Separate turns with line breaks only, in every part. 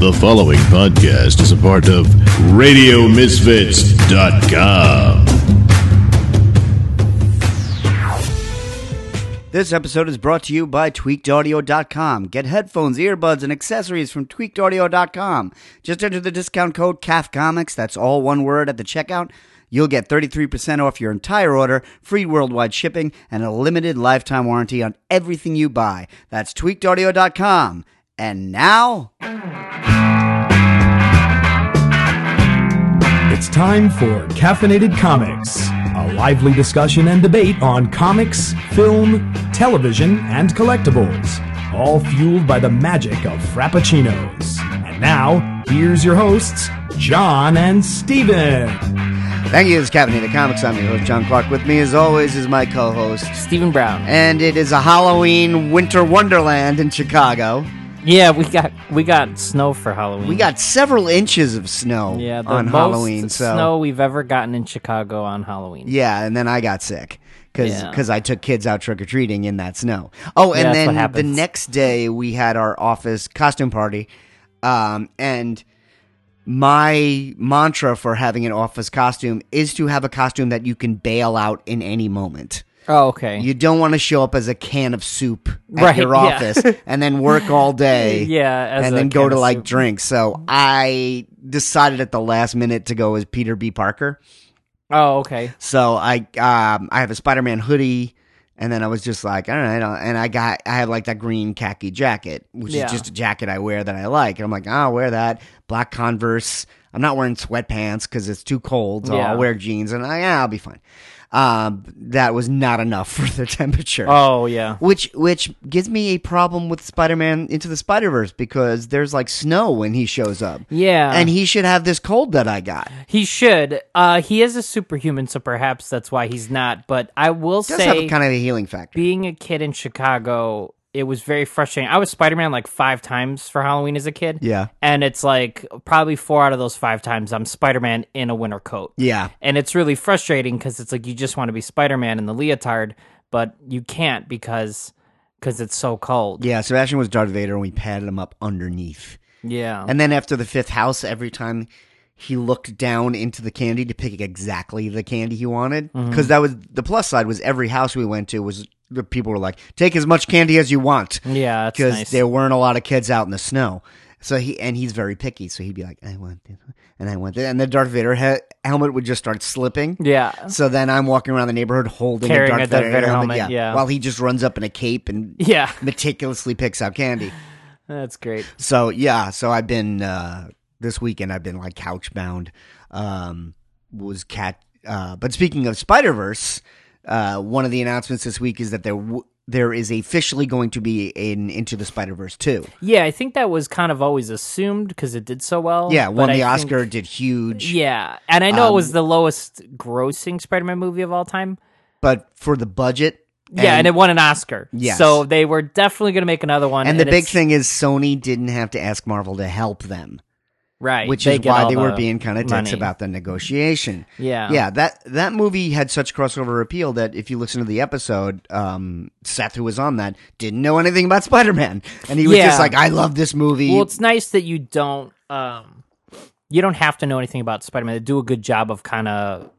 The following podcast is a part of RadioMisfits.com.
This episode is brought to you by tweakedaudio.com. Get headphones, earbuds, and accessories from tweakedaudio.com. Just enter the discount code CAFCOMICS, that's all one word at the checkout. You'll get 33% off your entire order, free worldwide shipping, and a limited lifetime warranty on everything you buy. That's tweakedaudio.com. And now,
It's time for Caffeinated Comics, a lively discussion and debate on comics, film, television, and collectibles, all fueled by the magic of Frappuccinos. And now, here's your hosts, John and Steven.
thank you, this is Captain of Comics. I'm your host, John Clark. With me, as always, is my co host.
Stephen Brown.
And it is a Halloween winter wonderland in Chicago.
Yeah, we got we got snow for Halloween.
We got several inches of snow
yeah the
on
most
Halloween. So
snow we've ever gotten in Chicago on Halloween.
yeah, and then I got sick because
Yeah.
I took kids out trick or treating in that snow. Oh, and
Yeah, that's what
then the
happens.
next day we had our office costume party, um, and my mantra for having an office costume is to have a costume that you can bail out in any moment.
Oh, okay.
You don't want to show up as a can of soup at
Right,
your
yeah.
office and then work all day.
Yeah, as
and
a
then go
can
to
of
like
soup.
drinks. So I decided at the last minute to go as Peter B. Parker.
oh, okay.
So I um I have a Spider Man hoodie. And then I was just like, all right, uh, and I got, I had like that green khaki jacket, which
Yeah.
is just a jacket I wear that I like. And I'm like, I'll wear that black Converse. I'm not wearing sweatpants because it's too cold. So
Yeah.
I'll wear jeans, and I, yeah, I'll be fine. Um, that was not enough for the temperature
Oh, yeah.
which which gives me a problem with Spider-Man into the Spider-Verse because there's like snow when he shows up.
Yeah.
And he should have this cold that I got.
He should. Uh he is a superhuman so perhaps that's why he's not, but I will
Does have
say
kind of a healing factor.
being a kid in Chicago, it was very frustrating. I was Spider-Man like 5 times for Halloween as a kid.
Yeah.
And it's like probably 4 out of those 5 times I'm Spider-Man in a winter coat.
Yeah.
And it's really frustrating because it's like you just want to be Spider Man in the leotard, but you can't because because it's so cold.
Yeah, Sebastian was Darth Vader and we padded him up underneath.
Yeah.
And then after the fifth house, every time he looked down into the candy to pick exactly the candy he wanted,
Mm-hmm.
because that was the plus side was every house we went to was the people were like, take as much candy as you want.
yeah, that's
because
nice.
there weren't a lot of kids out in the snow. So he and he's very picky. So he'd be like, "I want this, one, and I want that," and the Darth Vader he- helmet would just start slipping.
yeah.
So then I'm walking around the neighborhood holding
Carrying
a Darth,
a Darth Vader helmet, yeah.
while he just runs up in a cape and
Yeah.
meticulously picks out candy.
That's great.
So yeah, so I've been uh, this weekend. I've been like couch bound. Um, was cat. Uh, but speaking of Spider Verse, uh, one of the announcements this week is that there w- there is officially going to be an Into the Spider Verse two.
Yeah, I think that was kind of always assumed because it did so well.
Yeah, won
but
the
I
Oscar, Um,
think-
did huge.
yeah. And I know it was the lowest grossing Spider Man movie of all time.
But for the budget,
Yeah, and it won an Oscar.
Yes.
So they were definitely going to make another one.
and the big
it's-
thing is Sony didn't have to ask Marvel to help them,
right?
which
they
is
get
why
all
they were
the
being kind of tense
money.
about the negotiation.
Yeah.
yeah. That that movie had such crossover appeal that if you listen to the episode, um, Seth, who was on that, didn't know anything about Spider Man, and he was
Yeah.
just like, "I love this movie."
Well, it's nice that you don't um you don't have to know anything about Spider-Man. They do a good job of kind of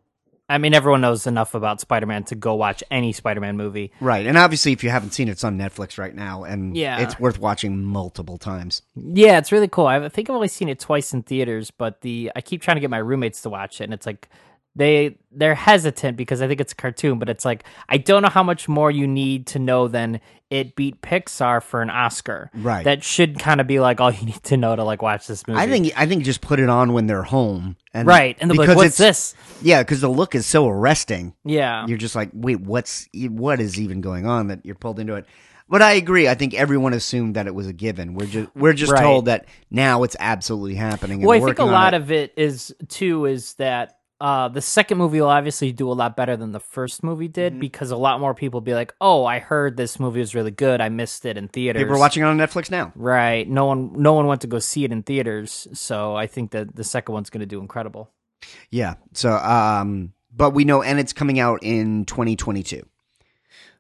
I mean, everyone knows enough about Spider-Man to go watch any Spider-Man movie.
right, and obviously, if you haven't seen it, it's on Netflix right now, and
Yeah.
it's worth watching multiple times.
Yeah, it's really cool. I think I've only seen it twice in theaters, but the I keep trying to get my roommates to watch it and it's like they they're hesitant because I think it's a cartoon, but it's like I don't know how much more you need to know than it beat Pixar for an Oscar.
Right.
That should kind of be like all you need to know to like watch this movie.
I think I think just put it on when they're home, and
right. And they're like,
because
"What's
it's-
this?"
Yeah, because the look is so arresting.
Yeah.
You're just like, wait, what's e, what is even going on that you're pulled into it? But I agree. I think everyone assumed that it was a given. We're just we're just
Right.
told that now it's absolutely happening. And
well, I
working
think a
on
lot
it.
of it is too is that uh, the second movie will obviously do a lot better than the first movie did
Mm-hmm.
because a lot more people be like, "Oh, I heard this movie was really good. I missed it in theaters."
people are watching it on Netflix now.
Right? No one, no one went to go see it in theaters, so I think that the second one's going to do incredible.
Yeah. So, um, but we know, and it's coming out in 2022.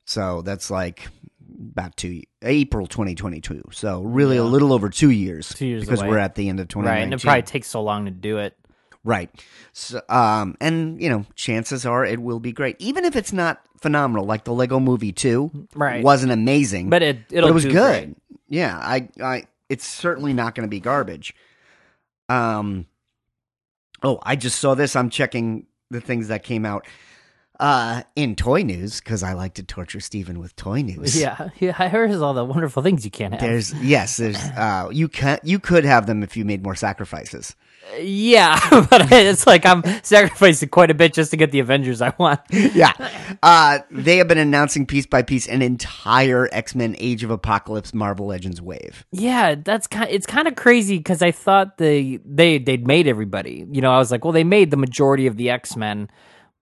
So that's like about two April 2022. So really a little over two years.
Two years
because
away.
we're at the end of
Right,
2019.
and it probably takes so long to do it.
Right. So, um, and you know, chances are it will be great, even if it's not phenomenal. Like the Lego Movie Two,
Right.
wasn't amazing,
But it- it'll
it was
do
good.
great.
Yeah, I, I, it's certainly not going to be garbage. Um, oh, I just saw this. I'm checking the things that came out uh in toy news because I like to torture Steven with toy news.
Yeah, yeah. I heard all the wonderful things you can't have.
There's yes, there's uh you can you could have them if you made more sacrifices.
yeah, but it's like I'm sacrificing quite a bit just to get the Avengers I want.
yeah. Uh, they have been announcing piece by piece an entire X Men Age of Apocalypse Marvel Legends wave.
Yeah, that's kind. It's kind of crazy because I thought they they they'd made everybody. You know, I was like, well, they made the majority of the X Men.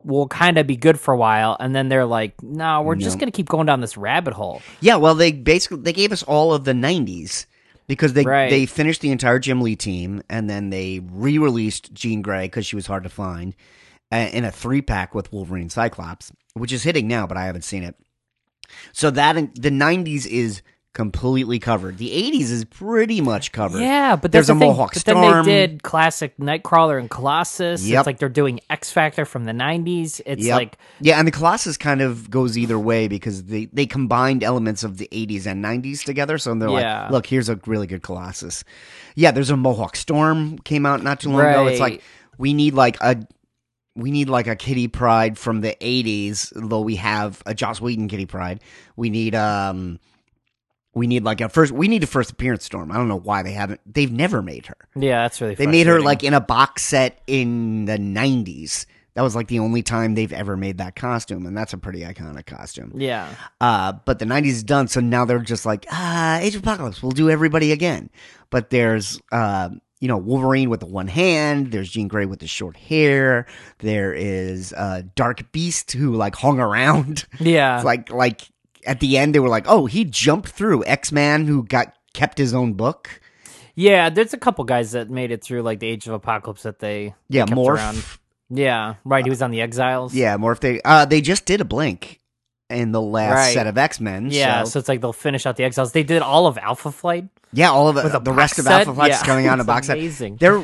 Will kind of be good for a while, and then they're like, no, we're just gonna keep going down this rabbit hole.
Yeah, well, they basically they gave us all of the '90s because they
Right.
they finished the entire Jim Lee team, and then they re-released Jean Grey because she was hard to find uh, in a three pack with Wolverine, Cyclops, which is hitting now, but I haven't seen it. So that in- the '90s is completely covered. The '80s is pretty much covered.
Yeah, but
there's a
that's the thing.
Mohawk
but
Storm.
Then they did classic Nightcrawler and Colossus.
Yep.
It's like they're doing X Factor from the '90s. It's
Yep.
like
yeah, and the Colossus kind of goes either way because they they combined elements of the 80s and 90s together. So they're
Yeah.
like, look, here's a really good Colossus. Yeah, there's a Mohawk Storm came out not too long ago. It's
Right.
like we need like a we need like a Kitty Pride from the 80s, though we have a Joss Whedon Kitty Pride. We need um we need like a first we need a first appearance Storm. I don't know why they haven't. They've never made her.
yeah, that's really
They made her
frustrating.
like in a box set in the 90s. That was like the only time they've ever made that costume, and that's a pretty iconic costume.
yeah.
Uh, but the 90s is done, so now they're just like, ah, Age of Apocalypse, we'll do everybody again. But there's, uh, you know, Wolverine with the one hand, there's Jean Grey with the short hair, there is uh, Dark Beast who like hung around.
Yeah.
It's like, like at the end, they were like, oh, he jumped through X Man who got kept his own book.
yeah, there's a couple guys that made it through like the Age of Apocalypse that they
Yeah,
kept
Morph.
around. Yeah, right. He was on the Exiles.
Uh, Yeah, more if they uh they just did a blink in the last
Right.
set of X Men.
Yeah, so.
so,
it's like they'll finish out the Exiles. They did all of Alpha Flight,
yeah, all of
with
the,
a
the rest
box
of
set?
Alpha Flex
Yeah.
is coming out in a
It's
box set.
amazing.
They're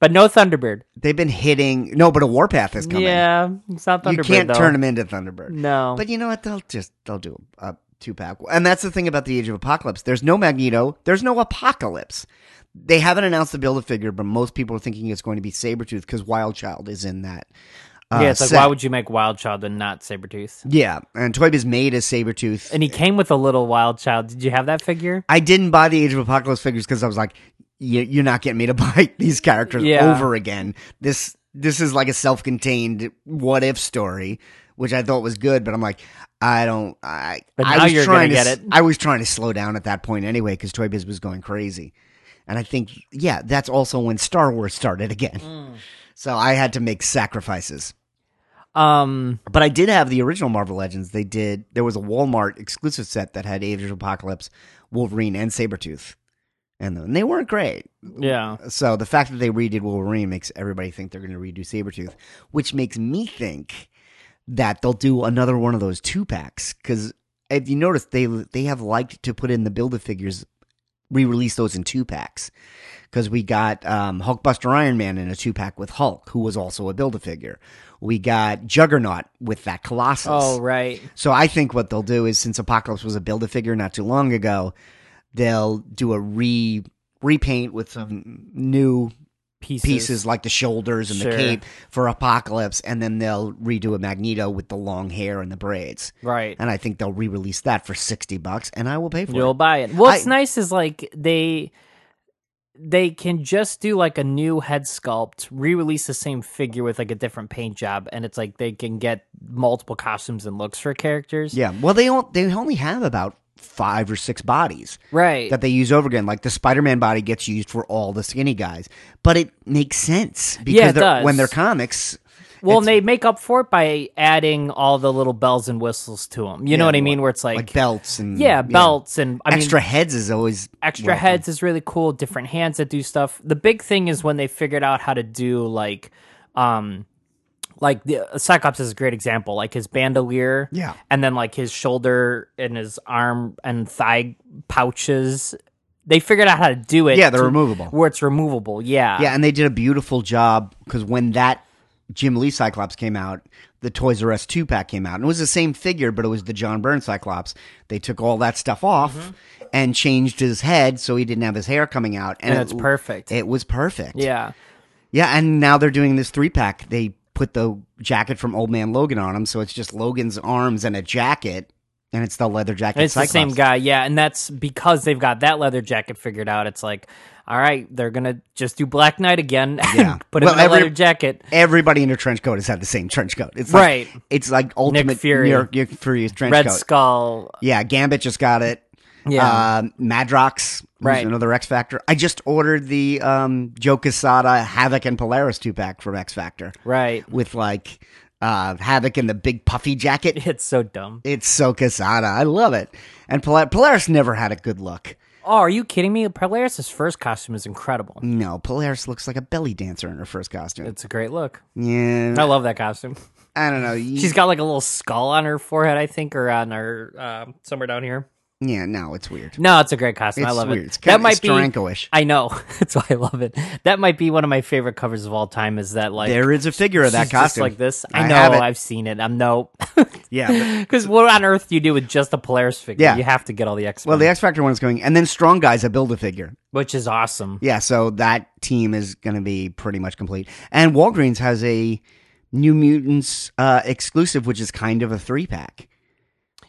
but no Thunderbird.
they've been hitting no, but a Warpath is coming.
Yeah, it's not Thunderbird.
you can't
though.
turn them into Thunderbird.
No,
But you know what? They'll just they'll do a two pack. And that's the thing about the Age of Apocalypse. There's no Magneto. There's no Apocalypse. They haven't announced the build a figure, but most people are thinking it's going to be Sabretooth because Wild Child is in that. Uh,
yeah, it's like
set.
why would you make Wild Child and not Sabretooth?
yeah, and Toy Biz made a Sabretooth.
And he came with a little Wild Child. Did you have that figure?
I didn't buy the Age of Apocalypse figures because I was like, "You- you're not getting me to buy these characters
Yeah.
over again. This this is like a self contained what if story, which I thought was good, but I'm like, I don't. I
But
I
now
was
you're gonna
trying to
get
s-
it.
I was trying to slow down at that point anyway because Toy Biz was going crazy, and I think yeah, that's also when Star Wars started again.
Mm.
So I had to make sacrifices.
Um,
But I did have the original Marvel Legends. They did. There was a Walmart exclusive set that had Age of Apocalypse, Wolverine, and Sabretooth. And then they weren't great.
yeah,
So the fact that they redid Wolverine makes everybody think they're going to redo Sabretooth, which makes me think that they'll do another one of those two packs. Because if you notice, they they have liked to put in the Build a Figures, re release those in two packs. Because we got um, Hulkbuster Iron Man in a two pack with Hulk, who was also a Build a Figure. We got Juggernaut with that Colossus.
oh right,
So I think what they'll do is since Apocalypse was a build a figure not too long ago, they'll do a re repaint with some new
pieces.
pieces like the shoulders and
Sure.
the cape for Apocalypse, and then they'll redo a Magneto with the long hair and the braids.
right?
And I think they'll re release that for sixty bucks, and I will pay for
You'll
it.
buy it. What's
I-
nice is like they they can just do like a new head sculpt, re-release the same figure with like a different paint job, and it's like they can get multiple costumes and looks for characters.
Yeah. Well, they on- they only have about five or six bodies.
Right.
That they use over again, like the Spider-Man body gets used for all the skinny guys, but it makes sense because
Yeah, it
they're- when
does.
they're comics,
well,
it's-
and they make up for it by adding all the little bells and whistles to them. You know
Yeah,
what I
like-
mean? Where it's like,
like belts and
yeah, belts and I
extra
mean,
heads is always
extra
welcome.
heads is really cool. Different hands that do stuff. The big thing is when they figured out how to do like um like the uh, Cyclops is a great example. Like his bandolier,
Yeah.
and then like his shoulder and his arm and thigh pouches. They figured out how to do it.
Yeah, they're
to-
removable.
Where it's removable. Yeah,
Yeah, and they did a beautiful job because when that Jim Lee Cyclops came out, the Toys R Us two pack came out, and it was the same figure, but it was the John Byrne Cyclops. They took all that stuff off
Mm-hmm.
and changed his head so he didn't have his hair coming out,
and
it-
it's perfect.
It was perfect.
yeah,
yeah, and now they're doing this three pack. They put the jacket from Old Man Logan on him, so it's just Logan's arms and a jacket, and it's the leather jacket.
And it's
Cyclops.
the same guy. Yeah, and that's because they've got that leather jacket figured out. It's like, all right, they're gonna just do Black Knight again. and
Yeah.
put
Well,
him in a
every-
leather jacket.
Everybody in a trench coat has had the same trench coat. It's like,
Right.
It's like ultimate
Fury.
New York, Nick Fury's trench
Red
coat.
Skull.
Yeah, Gambit just got it.
Yeah.
Um, Madrox, who's
Right.
another X Factor. I just ordered the um, Joe Quesada Havoc and Polaris two pack from X Factor
Right.
with like uh, Havoc in the big puffy jacket.
It's so dumb.
It's so Quesada. I love it. And Pol- Polaris never had a good look.
Oh, are you kidding me? Polaris' first costume is incredible.
No, Polaris looks like a belly dancer in her first costume.
It's a great look.
Yeah, Mm.
I love that costume.
I don't know. You-
She's got like a little skull on her forehead, I think, or on her um, somewhere down here.
yeah, no, it's weird.
No, it's a great costume. I
It's
love
weird.
it.
It's kinda- it's Steranko-ish.
I know. That's why I love it. That might be one of my favorite covers of all time. Is that like
there is a figure of that
she's just
costume
like this? I, know.
have it.
I've seen it. I'm no.
yeah. but-
Because what on earth do you do with just a Polaris figure?
Yeah.
You have to get all the X Men,
well, the X Factor one is going, and then Strong Guy's a build a figure.
which is awesome.
Yeah, so that team is going to be pretty much complete. And Walgreens has a New Mutants uh, exclusive, which is kind of a three pack.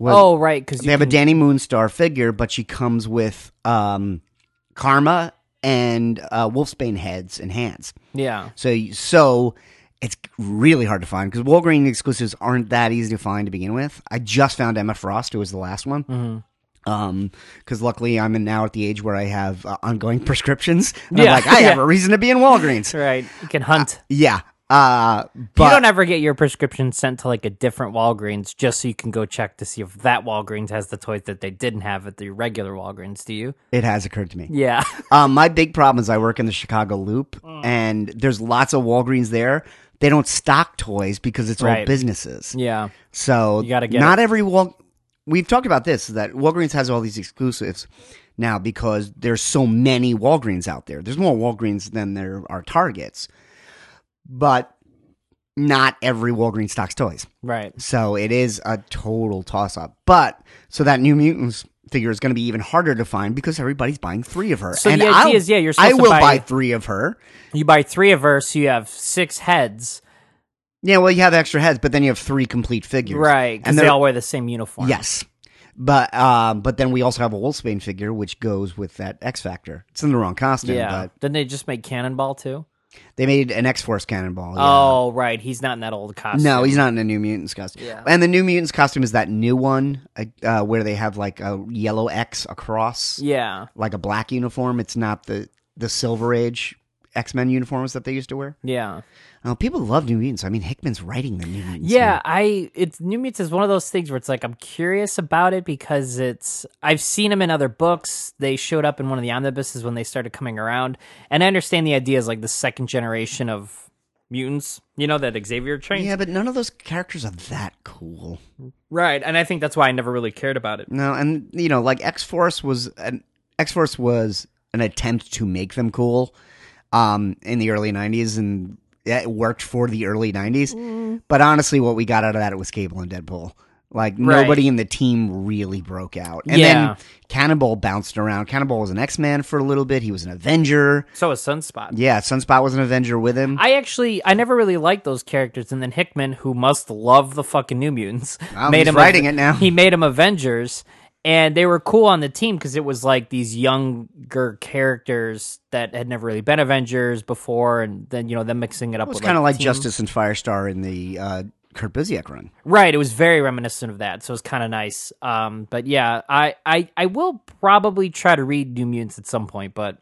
oh, right. Because
they have a Danny Moonstar figure, but she comes with um, Karma and uh, Wolfsbane heads and hands.
yeah.
So, so it's really hard to find because Walgreens exclusives aren't that easy to find to begin with. I just found Emma Frost, who was the last one.
Mm-hmm.
Um, because luckily I'm in now at the age where I have uh, ongoing prescriptions. And
Yeah,
I'm like I have
yeah.
a reason to be in Walgreens.
Right. You can hunt.
Yeah. Uh, but
you don't ever get your prescription sent to like a different Walgreens just so you can go check to see if that Walgreens has the toys that they didn't have at the regular Walgreens, do you?
it has occurred to me.
Yeah.
Um, my big problem is I work in the Chicago Loop,
Mm.
and there's lots of Walgreens there. They don't stock toys because it's all
Right.
businesses.
Yeah.
So
You gotta get
not every Wal. We've talked about this that Walgreens has all these exclusives now because there's so many Walgreens out there. There's more Walgreens than there are Targets, but not every Walgreens stocks toys.
Right.
So it is a total toss up. But so that New Mutants figure is going to be even harder to find because everybody's buying three of her.
So
and
the idea
I'll-
is, yeah, you're
I
supposed to
will
buy-
buy three of her.
You buy three of her, so you have six heads.
Yeah, well, you have extra heads, but then you have three complete figures,
Right. Because
And
they
they're
all wear the same uniform.
Yes. But um, but then we also have a Wolfsbane figure, which goes with that X Factor. It's in the wrong costume,
Yeah.
but
Didn't they just make Cannonball too?
they made an X Force cannonball. yeah.
Oh, right. He's not in that old costume.
No, he's not in a New Mutants costume.
Yeah.
And the New Mutants costume is that new one uh, where they have like a yellow X across,
Yeah.
like a black uniform. It's not the, the Silver Age X Men uniforms that they used to wear.
Yeah.
Uh, people love New Mutants. I mean, Hickman's writing the New Mutants.
Yeah, I it's New Mutants is one of those things where it's like I'm curious about it because it's I've seen them in other books. They showed up in one of the omnibuses when they started coming around, and I understand the idea is like the second generation of mutants. You know that Xavier trained,
Yeah, but none of those characters are that cool.
right? And I think that's why I never really cared about it.
No, and you know, like X Force was an X Force was an attempt to make them cool um, in the early '90s, and yeah, it worked for the early '90s.
Mm.
But honestly, what we got out of that was Cable and Deadpool. Like
Right.
nobody in the team really broke out, and
Yeah.
then Cannonball bounced around. Cannonball was an X Man for a little bit. He was an Avenger.
So is Sunspot.
Yeah, Sunspot was an Avenger with him.
I actually I never really liked those characters, and then Hickman, who must love the fucking New Mutants,
Well, he's writing it now.
He made him Avengers, and they were cool on the team because it was like these younger characters that had never really been Avengers before, and then you know them mixing it up.
it was
with,
kind of like,
team-
Justice and Firestar in the uh, Kurt Busiek run.
right. It was very reminiscent of that, so it was kind of nice. Um, but yeah, I I I will probably try to read New Mutants at some point, but.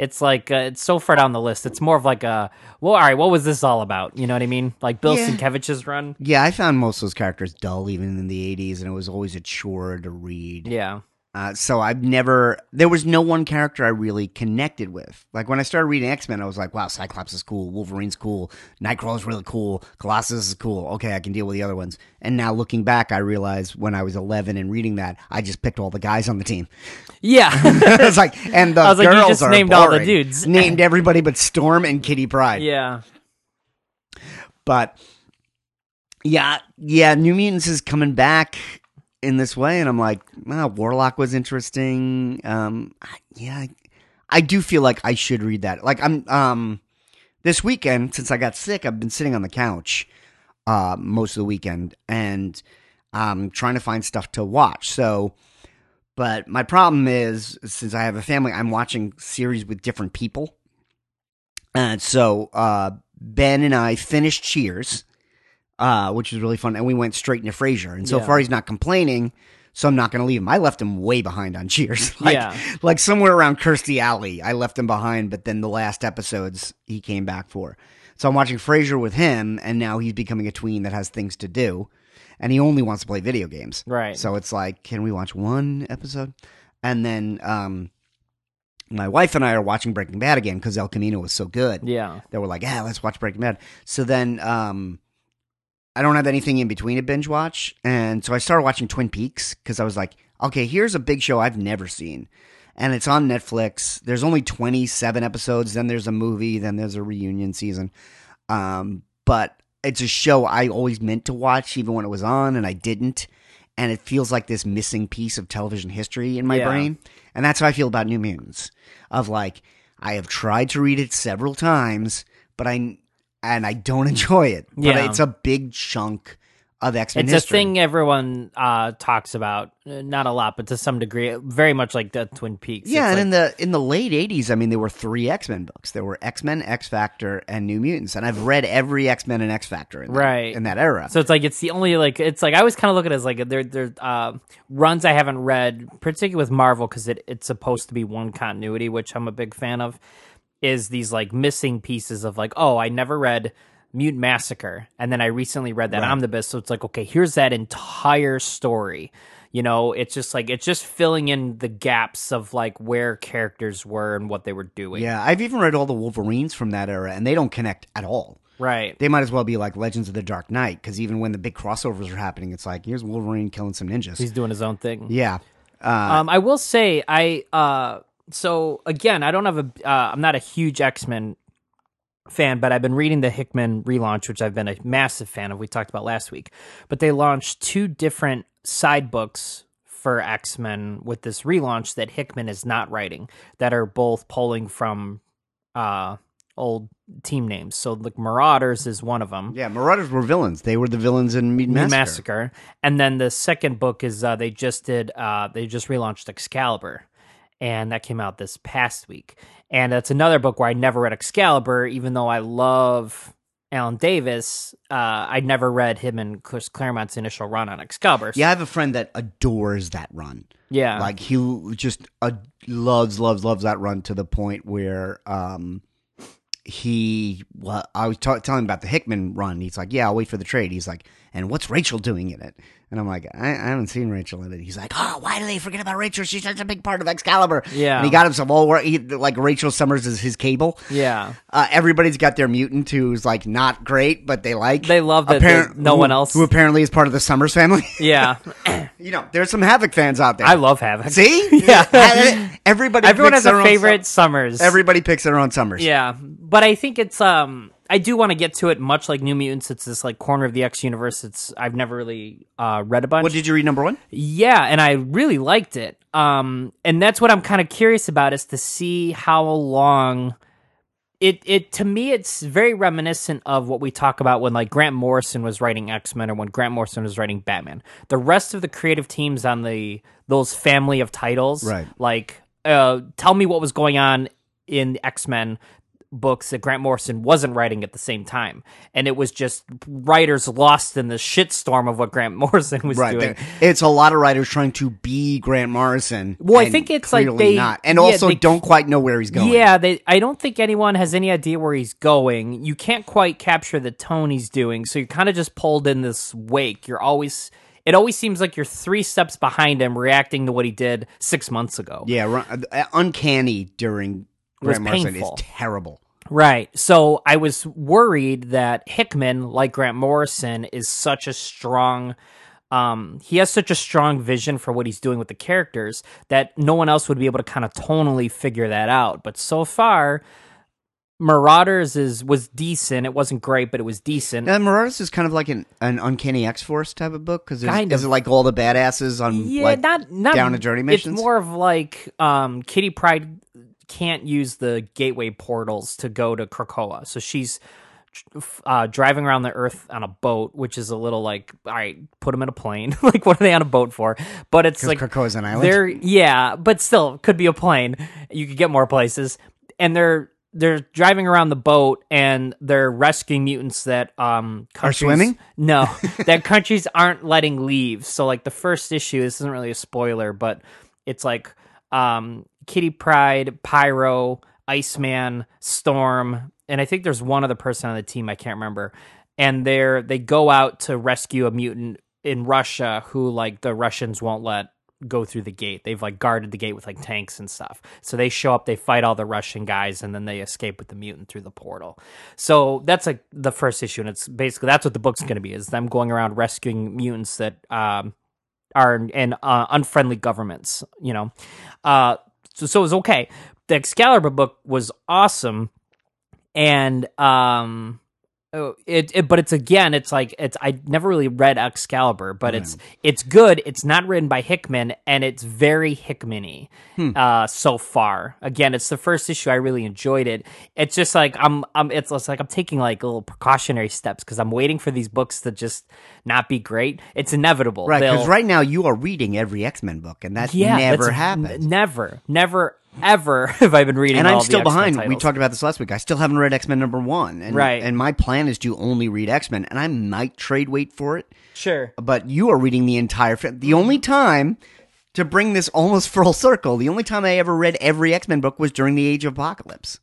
It's like uh, it's so far down the list. It's more of like a well, all right. What was this all about? You know what I mean? Like Bill
Yeah.
Sienkiewicz's run.
Yeah, I found most of those characters dull even in the 80s, and it was always a chore to read.
Yeah.
Uh, so I've never there was no one character I really connected with. Like when I started reading X Men, I was like, wow, Cyclops is cool, Wolverine's cool, Nightcrawler's really cool, Colossus is cool. Okay, I can deal with the other ones. And now looking back, I realize when I was 11 and reading that, I just picked all the guys on the team.
Yeah.
it's like, and the
I was like, you
girls
just
are
named all the
boring.
dudes.
named everybody but Storm and Kitty Pride.
yeah.
But yeah, yeah, New Mutants is coming back in this way, and I'm like, ah, Warlock was interesting. Um, I- yeah, I, I do feel like I should read that. Like I'm um, this weekend since I got sick, I've been sitting on the couch uh most of the weekend and um trying to find stuff to watch. So. But my problem is, since I have a family, I'm watching series with different people. And so uh, Ben and I finished Cheers, uh, which was really fun, and we went straight into Frasier. And so
Yeah.
far, he's not complaining, so I'm not going to leave him. I left him way behind on Cheers, like
Yeah.
like somewhere around Kirstie Alley. I left him behind, but then the last episodes he came back for. So I'm watching Frasier with him, and now he's becoming a tween that has things to do, and he only wants to play video games.
Right.
So it's like, can we watch one episode? And then um, my wife and I are watching Breaking Bad again because El Camino was so good
Yeah.
that we're like, ah, let's watch Breaking Bad. So then um, I don't have anything in between to binge watch. And so I started watching Twin Peaks because I was like, okay, here's a big show I've never seen. And it's on Netflix. There's only 27 episodes. Then there's a movie. Then there's a reunion season. Um, but it's a show I always meant to watch, even when it was on, and I didn't. And it feels like this missing piece of television history in my
Yeah.
brain. And that's how I feel about New Mutants. Of like, I have tried to read it several times, but I and I don't enjoy it. But
Yeah.
it's a big chunk of X Men
It's
history.
a thing everyone uh, talks about, Uh, not a lot, but to some degree, very much like the Twin Peaks.
Yeah, and
It's
in the in the late '80s, I mean, there were three X Men books. There were X Men, X Factor, and New Mutants, and I've read every X Men and X Factor in that,
Right.
in that era.
like- so it's like it's the only like it's like I always kind of look at it as like there there uh, runs I haven't read, particularly with Marvel because it, it's supposed to be one continuity, which I'm a big fan of. Is these like missing pieces of like oh I never read Mutant Massacre and then I recently read that omnibus, so it's like okay here's that entire story. You know, it's just like it's just filling in the gaps of like where characters were and what they were doing.
yeah, I've even read all the Wolverines from that era, and they don't connect at all.
Right.
They might as well be like Legends of the Dark Knight, because even when the big crossovers are happening, it's like here's Wolverine killing some ninjas.
He's doing his own thing.
yeah,
Um, I will say I uh so again I don't have a uh, I'm not a huge X Men fan, but I've been reading the Hickman relaunch, which I've been a massive fan of. We talked about last week, but they launched two different side books for X Men with this relaunch that Hickman is not writing that are both pulling from uh old team names. So like Marauders is one of them.
yeah. Marauders were villains. They were the villains in Mutant
Moon
Massacre.
Massacre. and then the second book is uh, they just did uh, they just relaunched Excalibur, and that came out this past week, and that's another book where I never read Excalibur, even though I love Alan Davis. Uh, I never read him and Chris Claremont's initial run on Excalibur.
Yeah, I have a friend that adores that run.
yeah,
like he just uh, loves loves loves that run to the point where um he well, i was ta- telling him about the hickman run he's like yeah i'll wait for the trade he's like and what's rachel doing in it and i'm like i, I haven't seen rachel in it he's like oh why do they forget about rachel she's such a big part of excalibur
Yeah.
and he got himself all wor- he, like rachel summers is his cable
yeah.
uh, everybody's got their mutant who's like not great but they like
They love that there's no
who-
one else.
who apparently is part of the summers family
Yeah,
you know there's some havoc fans out there
I love Havoc.
See?
Yeah.
Everybody
Everyone
picks
has a
their own
favorite
sum-
summers.
Everybody picks their own summers.
Yeah, but I think it's um I do want to get to it much like New Mutants. It's this like corner of the X universe. It's I've never really uh, read a bunch.
What did you read number one?
yeah, and I really liked it. Um, and that's what I'm kind of curious about is to see how long it it to me it's very reminiscent of what we talk about when like Grant Morrison was writing X Men or when Grant Morrison was writing Batman. The rest of the creative teams on the those family of titles,
Right.
Like, uh, tell me what was going on in the X Men books that Grant Morrison wasn't writing at the same time, and it was just writers lost in the shitstorm of what Grant Morrison was
Right.
doing.
there. It's a lot of writers trying to be Grant Morrison.
Well, I
and
think it's like
clearly
they-
not. And
yeah,
also
they-
don't quite know where he's going.
Yeah, they. I don't think anyone has any idea where he's going. You can't quite capture the tone he's doing, so you're kind of just pulled in this wake. You're always. It always seems like you're three steps behind him, reacting to what he did six months ago.
Yeah, run, uh, uncanny during
was
Grant Morrison is
painful.
terrible.
Right. So I was worried that Hickman, like Grant Morrison, is such a strong um he has such a strong vision for what he's doing with the characters that no one else would be able to kind of tonally figure that out. But so far Marauders is was decent. It wasn't great, but it was decent.
Now, Marauders is kind of like an, an Uncanny X Force type of book because
Kind
is
of.
it like all the badasses on
yeah,
like,
not not
down to journey missions?
It's more of like um, Kitty Pride can't use the gateway portals to go to Krakoa, so she's uh, driving around the Earth on a boat, which is a little like, all right, put them in a plane. like, what are they on a boat for? But it's like
Krakoa is an island?
They're yeah, but still could be a plane. You could get more places, and they're. They're driving around the boat and they're rescuing mutants that um countries-
swimming?
no, that countries aren't letting leave. So like the first issue, this isn't really a spoiler, but it's like um Kitty Pride, Pyro, Iceman, Storm, and I think there's one other person on the team I can't remember. And they're they go out to rescue a mutant in Russia who like the Russians won't let go through the gate. They've like guarded the gate with like tanks and stuff. So they show up, they fight all the Russian guys, and then they escape with the mutant through the portal. So that's like the first issue, and it's basically that's what the book's going to be: is them going around rescuing mutants that um, are in, in uh, unfriendly governments. You know, uh, so so it was okay. The Excalibur book was awesome, and um. Oh, it, it but it's again it's like it's i never really read excalibur but it's
Hmm.
it's good it's not written by hickman and it's very hickman-y
Hmm.
uh so far again it's the first issue i really enjoyed it it's just like i'm i'm it's, it's like i'm taking like little precautionary steps because i'm waiting for these books to just not be great it's inevitable
right
They'll-
because right now you are reading every X Men book and that
yeah
never
that's-
happened.
n- never never ever have i been reading
and I'm
all the
still
X-Men
behind. We
titles.
talked about this last week. I still haven't read X Men number one, and
Right.
And my plan is to only read X Men, and I might trade wait for it.
sure
But you are reading the entire. fi- The only time to bring this almost full circle, the only time I ever read every X Men book was during the Age of Apocalypse.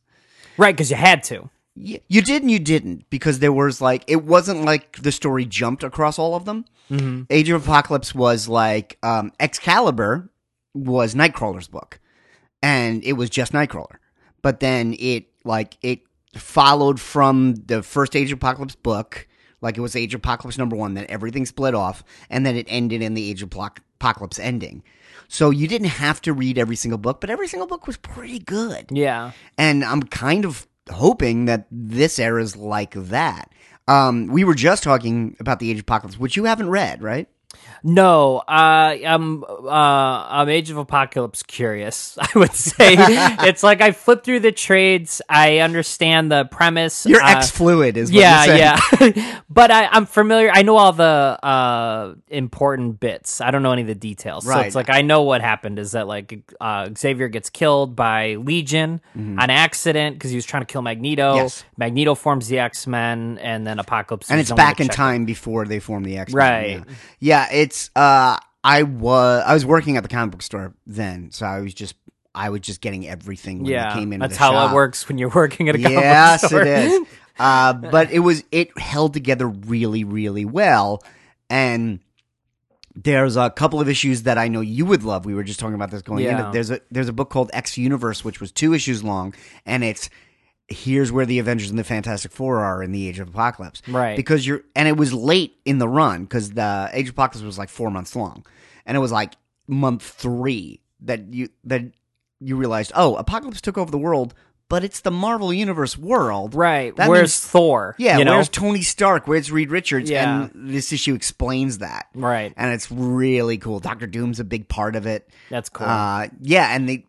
right because you had to
Y- You did and you didn't because there was like it wasn't like the story jumped across all of them. Mm-hmm. Age of Apocalypse was like um, Excalibur was Nightcrawler's book, and it was just Nightcrawler. But then it like it followed from the first Age of Apocalypse book, like it was Age of Apocalypse number one. Then everything split off, and then it ended in the Age of Apoc- Apocalypse ending. So you didn't have to read every single book, but every single book was pretty good.
yeah
And I'm kind of hoping that this era is like that. Um, we were just talking about the Age of Apocalypse, which you haven't read, right?
No, uh, I'm uh, I'm Age of Apocalypse curious. I would say it's like I flip through the trades. I understand the premise.
Your
uh,
ex fluid is what you said.
yeah, yeah. but I, I'm familiar. I know all the uh, important bits. I don't know any of the details. So
Right.
it's like I know what happened is that like uh, Xavier gets killed by Legion on accident because he was trying to kill Magneto.
Mm-hmm. Yes.
Magneto forms the X Men, and then Apocalypse.
and
is
it's
the one to
back in
check
time before they form the X.
Right.
Yeah. yeah, it's. Uh, I was I was working at the comic book store then, so I was just I was just getting everything when
Yeah,
I came in.
that's
the
how
shop.
it works when you're working at a comic
yes,
store.
it is. Uh, but it was it held together really, really well, and there's a couple of issues that I know you would love. We were just talking about this going
Yeah.
into there's a there's a book called X Universe, which was two issues long, and it's here's where the Avengers and the Fantastic Four are in the Age of Apocalypse,
Right.
Because you're and it was late in the run because the Age of Apocalypse was like four months long, and it was like month three that you that you realized oh Apocalypse took over the world, but it's the Marvel Universe world,
Right.
That
where's
means-
Thor?
Yeah,
You know?
where's Tony Stark? Where's Reed Richards?
Yeah.
And this issue explains that.
Right.
And it's really cool. Doctor Doom's a big part of it.
That's cool.
Uh, yeah, and they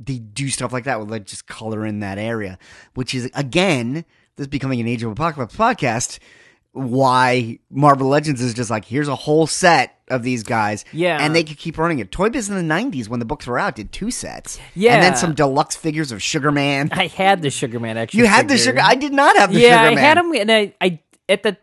they do stuff like that with like just color in that area, which is again this becoming an Age of Apocalypse podcast. Why Marvel Legends is just like here's a whole set of these guys,
Yeah.
and they could keep running it. Toy Biz in the '90s when the books were out did two sets, and
Yeah.
then some deluxe figures of Sugar Man.
I had the Sugar Man actually.
You had the sugar. I did not have the
yeah,
sugar
I
man.
had him, and I, I at the.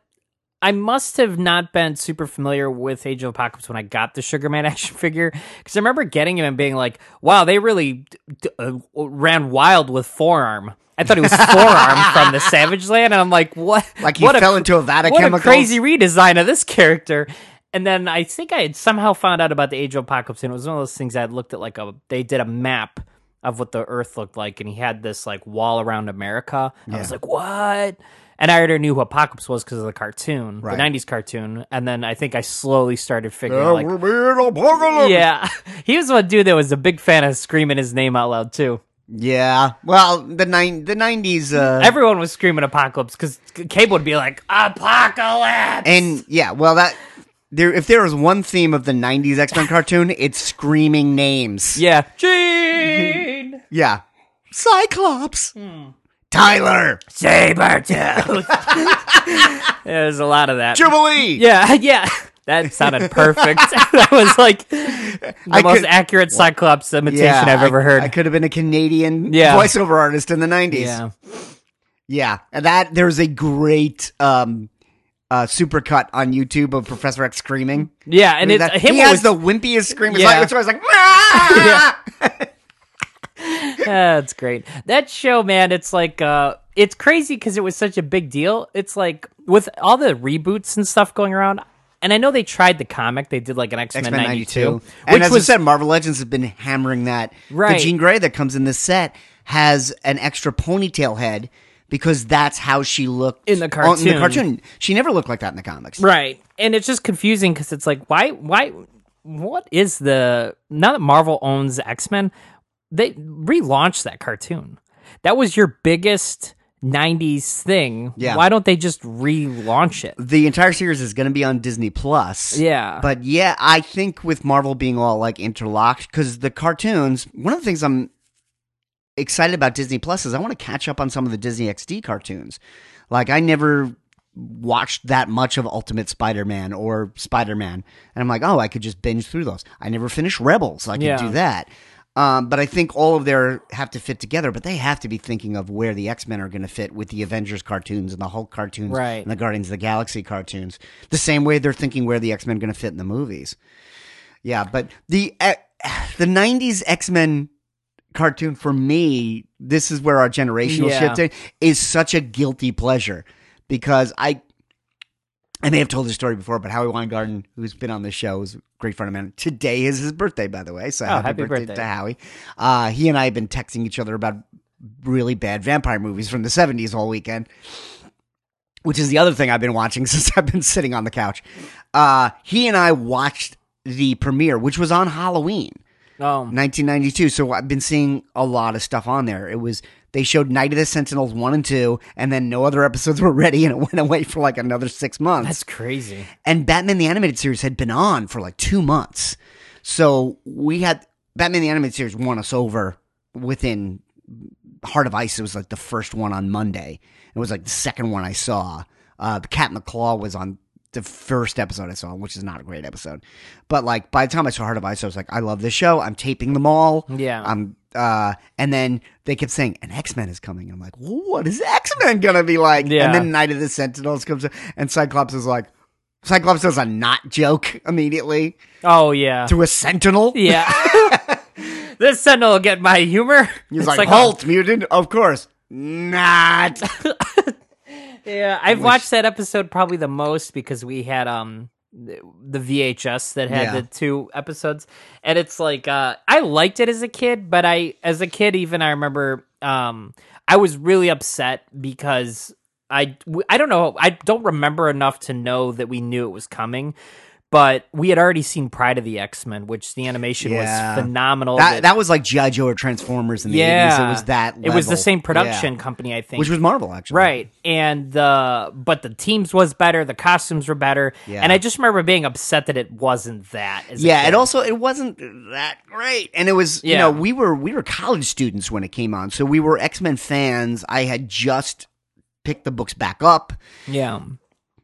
I must have not been super familiar with Age of Apocalypse when I got the Sugar Man action figure because I remember getting him and being like, "Wow, they really d- d- uh, ran wild with forearm." I thought it was forearm from the Savage Land, and I'm like, "What?
Like he
what a
fell into a vat of
what
chemicals.
a crazy redesign of this character. And then I think I had somehow found out about the Age of Apocalypse, and it was one of those things I had looked at like a they did a map of what the Earth looked like, and he had this like wall around America. I was like, what? And I already knew who Apocalypse was because of the cartoon,
Right. Oh,
the '90s cartoon. And then I think I slowly started figuring out, like,
There will be an apocalypse.
yeah, he was one dude that was a big fan of screaming his name out loud too.
Yeah. Well, the nine the nineties. Uh,
Everyone was screaming Apocalypse because Cable would be like, Apocalypse.
and yeah. Well, that there. If there was one theme of the nineties X Men cartoon, it's screaming names.
yeah, Gene.
Yeah. Cyclops.
Hmm.
Tyler.
Sabertooth. There's a lot of that.
Jubilee.
yeah, yeah. That sounded perfect. that was like the
I
most
could-
accurate Cyclops imitation
Yeah,
I've
I-
ever heard.
I could have been a Canadian
Yeah.
voiceover artist in the nineties.
yeah.
Yeah, and that there's a great um uh supercut on YouTube of Professor X screaming.
Yeah, and it's
That-
him
he has
was, uh,
the wimpiest scream. It's
Yeah.
like- That's why I was like, "Ah!"
Yeah, it's great. That show, man, it's like uh it's crazy because it was such a big deal. It's like with all the reboots and stuff going around, and I know they tried the comic. They did like an X Men
X-Men
ninety two,
And
which
as
was
I said, Marvel Legends has been hammering that.
Right.
The Jean Grey that comes in this set has an extra ponytail head because that's how she looked
In the
on- In
cartoon.
the cartoon, she never looked like that in the comics.
right, and it's just confusing because it's like why why what is the now that Marvel owns X Men, they relaunched that cartoon. That was your biggest. 90s thing.
Yeah.
Why don't they just relaunch it?
The entire series is going to be on Disney Plus.
Yeah.
But yeah, I think with Marvel being all like interlocked, because the cartoons, one of the things I'm excited about Disney Plus is I want to catch up on some of the Disney XD cartoons. Like I never watched that much of Ultimate Spider-Man or Spider-Man, and I'm like, oh, I could just binge through those. I never finished Rebels. I could
Yeah.
do that. Um, but I think all of their have to fit together, but they have to be thinking of where the X Men are going to fit with the Avengers cartoons and the Hulk cartoons
Right.
and the Guardians of the Galaxy cartoons. The same way they're thinking where the X Men going to fit in the movies. Yeah, but the eh, the '90s X Men cartoon for me, this is where our generational
Yeah.
shift in, is such a guilty pleasure because I I may have told this story before, but Howie Weingarten, who's been on this show, is a great friend of mine. Today is his birthday, by the way. So Oh, happy,
happy
birthday,
birthday.
to Howie. Uh, he and I have been texting each other about really bad vampire movies from the 70s all weekend, which is the other thing I've been watching since I've been sitting on the couch. Uh, he and I watched the premiere, which was on Halloween.
Oh,
1992. So I've been seeing a lot of stuff on there. It was they showed Night of the Sentinels one and two, and then no other episodes were ready, and it went away for like another six months.
that's crazy.
and Batman the Animated Series had been on for like two months, so we had Batman the Animated Series won us over within Heart of Ice. It was like the first one on Monday. It was like the second one I saw. Uh, the Cat McClaw was on the first episode I saw, which is not a great episode. But like by the time I saw Heart of Ice, I was like, I love this show. I'm taping them all.
Yeah.
I'm. Uh, and then they kept saying, "An X Men is coming." I'm like, "What is X Men gonna be like?"
Yeah.
And then Night of the Sentinels comes, up, and Cyclops is like, Cyclops does a not joke immediately
Oh yeah.
to a Sentinel.
Yeah. this sentinel will get my humor.
He's
It's
like,
like,
"Halt, mutant." Of course, not.
Yeah, I've watched that episode probably the most because we had um th- the VHS that had
Yeah.
the two episodes, and it's like uh, I liked it as a kid, but I as a kid even I remember um I was really upset because I w- I don't know I don't remember enough to know that we knew it was coming. But we had already seen Pride of the X Men, which the animation
Yeah.
was phenomenal.
That, that was like GI Joe or Transformers in the
yeah,
80s. It was that.
It was the
level.
same
Yeah.
production company, I think,
which was Marvel actually.
Right. And the but the teams was better, the costumes were better.
Yeah.
And I just remember being upset that it wasn't that. as a
Yeah,
kid.
it also it wasn't that great, and it was you
Yeah.
know we were we were college students when it came on, so we were X Men fans. I had just picked the books back up,
Yeah.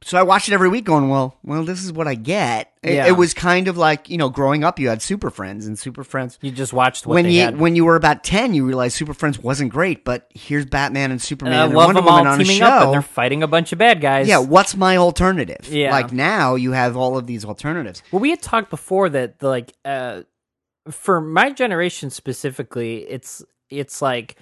so I watched it every week, going, "Well, well, this is what I get." It,
Yeah.
it was kind of like you know growing up, you had Super Friends and Super Friends.
You just watched what
when
they
you
had.
when you were about ten, you realized Super Friends wasn't great, but here's Batman and Superman
and I
and
love
Wonder
them
Woman
all
on a
Uh, teaming
show.
up and they're fighting a bunch of bad guys.
yeah, what's my alternative?
Yeah.
Like now you have all of these alternatives.
Well, we had talked before that the, like uh for my generation specifically, it's it's like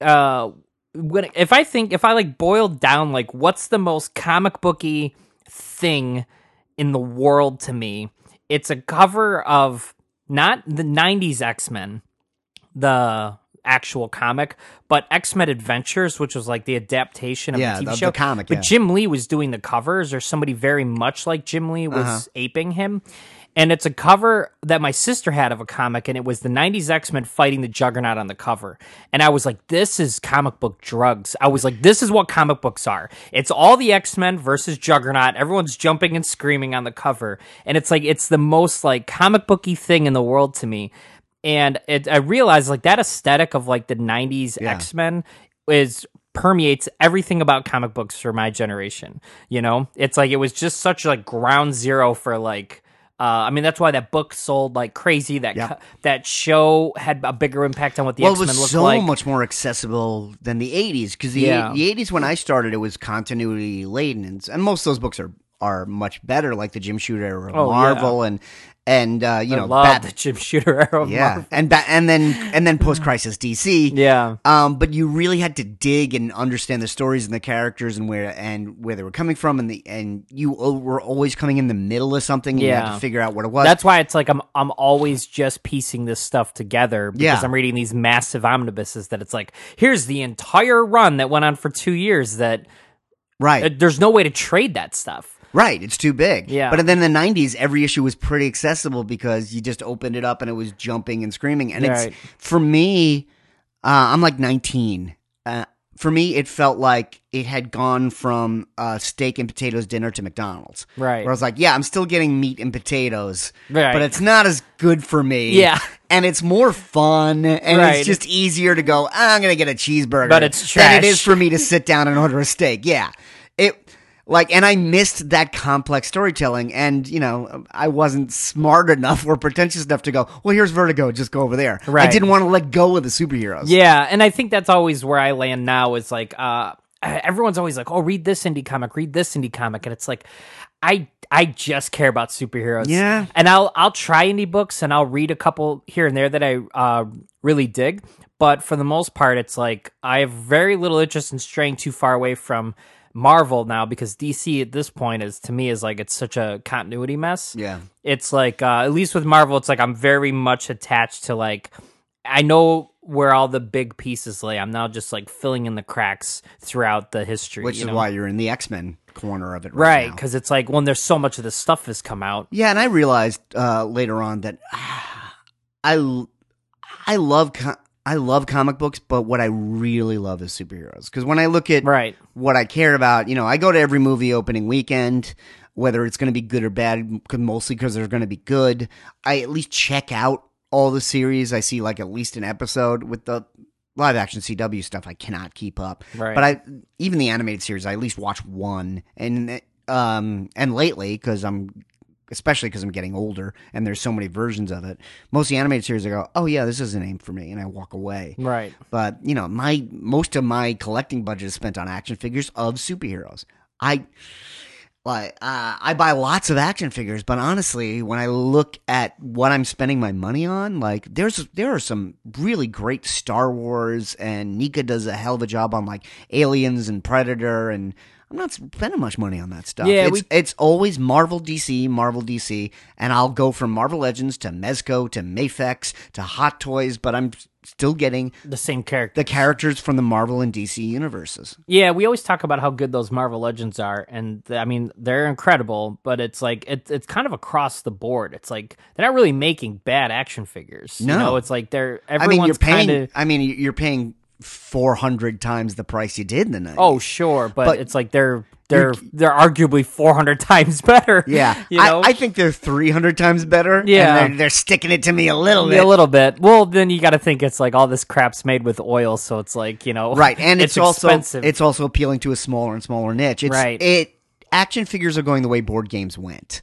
uh when if I think if I like boiled down like what's the most comic booky thing in the world to me. It's a cover of not the 90s X Men, the actual comic, but X Men Adventures, which was like the adaptation of
Yeah,
the TV
the- the
show.
comic,
but
yeah.
Jim Lee was doing the covers, or somebody very much like Jim Lee was aping him. And it's a cover that my sister had of a comic, and it was the 90s X Men fighting the Juggernaut on the cover. And I was like, this is comic book drugs. I was like, this is what comic books are. It's all the X Men versus Juggernaut. Everyone's jumping and screaming on the cover. And it's like, it's the most like comic booky thing in the world to me and it, I realized like that aesthetic of like the '90s X Men is permeates everything about comic books for my generation. You know, it's like it was just such like ground zero for like. Uh, I mean, that's why that book sold like crazy. That
Yeah.
co- that show had a bigger impact on what the
well, it
X Men
was
looked
so
like.
much more accessible than the 80s because the,
Yeah.
the 80s when I started it was continuity laden and, and most of those books are are much better like the Jim Shooter era of
Oh, yeah.
Marvel and and uh, you
I
know
love
Bat-
the Jim Shooter era. of
yeah
Marvel.
and ba- and then and then post crisis DC
Mm-hmm. yeah.
um, but you really had to dig and understand the stories and the characters and where and where they were coming from and the and you o- were always coming in the middle of something and you had
Yeah.
to figure out what it was
That's why it's like I'm I'm always just piecing this stuff together because
Yeah.
I'm reading these massive omnibuses that it's like here's the entire run that went on for 2 years that
right
uh, there's no way to trade that stuff.
Right, it's too big.
Yeah.
But then in the '90s, every issue was pretty accessible because you just opened it up and it was jumping and screaming. And
Right.
it's for me, uh, I'm like 19. Uh, for me, it felt like it had gone from uh, steak and potatoes dinner to McDonald's.
Right.
Where I was like, yeah, I'm still getting meat and potatoes,
Right.
but it's not as good for me.
Yeah.
And it's more fun, and
Right.
it's just easier to go. "Ah, I'm gonna get a cheeseburger,
But it's
than
trash.
it is for me to sit down and order a steak. Yeah. It like and I missed that complex storytelling and you know I wasn't smart enough or pretentious enough to go, well here's Vertigo, just go over there. I
Right.
didn't want to let go of the superheroes.
Yeah, and I think that's always where I land now is like uh everyone's always like, "Oh, read this indie comic, read this indie comic." And it's like I I just care about superheroes.
Yeah.
And I'll I'll try indie books and I'll read a couple here and there that I uh really dig, but for the most part it's like I have very little interest in straying too far away from Marvel now because DC at this point is to me is like it's such a continuity mess
Yeah.
it's like uh, at least with Marvel, it's like I'm very much attached to like I know where all the big pieces lay. I'm now just like filling in the cracks throughout the history,
Which
you
is
know?
why you're in the X Men corner of it right.
right?
now.
Because it's like when there's so much of this stuff has come out.
Yeah, and I realized uh, later on that ah, I l- I love co- I love comic books, but what I really love is superheroes. Because when I look at
Right.
what I care about. You know, I go to every movie opening weekend, whether it's going to be good or bad, c- mostly because they're going to be good. I at least check out all the series. I see like at least an episode with the live action CW stuff. I cannot keep up,
Right.
but I even the animated series. I at least watch one, and um, and lately because I'm. Especially because I'm getting older and there's so many versions of it. Most of the animated series, I go, oh, yeah, this isn't aimed for me. And I walk away.
Right.
But you know, my most of my collecting budget is spent on action figures of superheroes. I like uh, I buy lots of action figures, but honestly, when I look at what I'm spending my money on, like there's there are some really great Star Wars, and Nika does a hell of a job on like Aliens and Predator, and I'm not spending much money on that stuff.
Yeah,
it's,
we-
it's always Marvel DC, Marvel DC, and I'll go from Marvel Legends to Mezco to Mafex to Hot Toys, but I'm still getting
The same character.
the characters from the Marvel and DC universes.
yeah, we always talk about how good those Marvel Legends are, and th- I mean they're incredible. But it's like it's it's kind of across the board. It's like they're not really making bad action figures.
No.
you know? it's like they're
I
everyone's
mean, you're paying.
Kinda,
I mean, you're paying four hundred times the price you did in the night.
Oh, sure, but,
But
it's like they're they're they're arguably 400 times better.
yeah.
you know,
I, I think they're three hundred times better. and
Yeah.
they're, they're sticking it to me a little bit.
a little bit. Well, then you got to think it's like all this crap's made with oil, so it's like you know,
right, and it's, also
expensive.
it's also appealing to a smaller and smaller niche. It's,
Right.
It action figures are going the way board games went,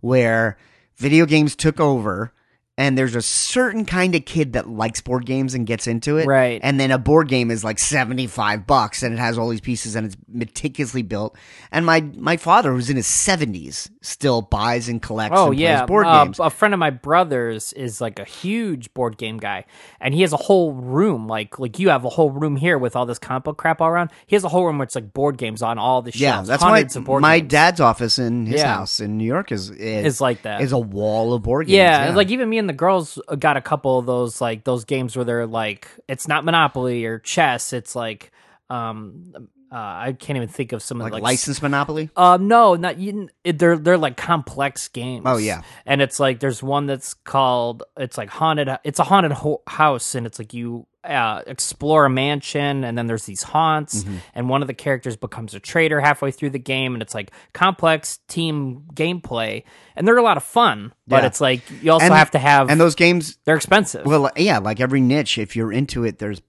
where video games took over. and there's a certain kind of kid that likes board games and gets into it.
Right.
And then a board game is like 75 bucks and it has all these pieces and it's meticulously built. And my my father who's in his 70s still buys and collects
Oh
and
yeah,
plays board
Uh,
games.
a friend of my brother's is like a huge board game guy, and he has a whole room like like you have a whole room here with all this comic book crap all around. He has a whole room where it's like board games on all the
yeah,
shelves.
that's why
hundreds of board
my
games.
dad's office in his
Yeah.
house in New York is is,
Is like that.
Is a wall of board games.
Yeah, like even me and the girls got a couple of those like those games where they're like it's not Monopoly or chess. It's like um uh, I can't even think of some
like,
of the, like
license monopoly.
Um, no, not you. It, they're they're like complex games.
Oh, yeah.
and it's like there's one that's called it's like haunted. It's a haunted ho- house, and it's like you uh, explore a mansion, and then there's these haunts,
Mm-hmm.
and one of the characters becomes a traitor halfway through the game, and it's like complex team gameplay, and they're a lot of fun, but
Yeah.
it's like you also
And-
have to have
And those games
they're expensive.
Well, like- yeah, like every niche, if you're into it, there's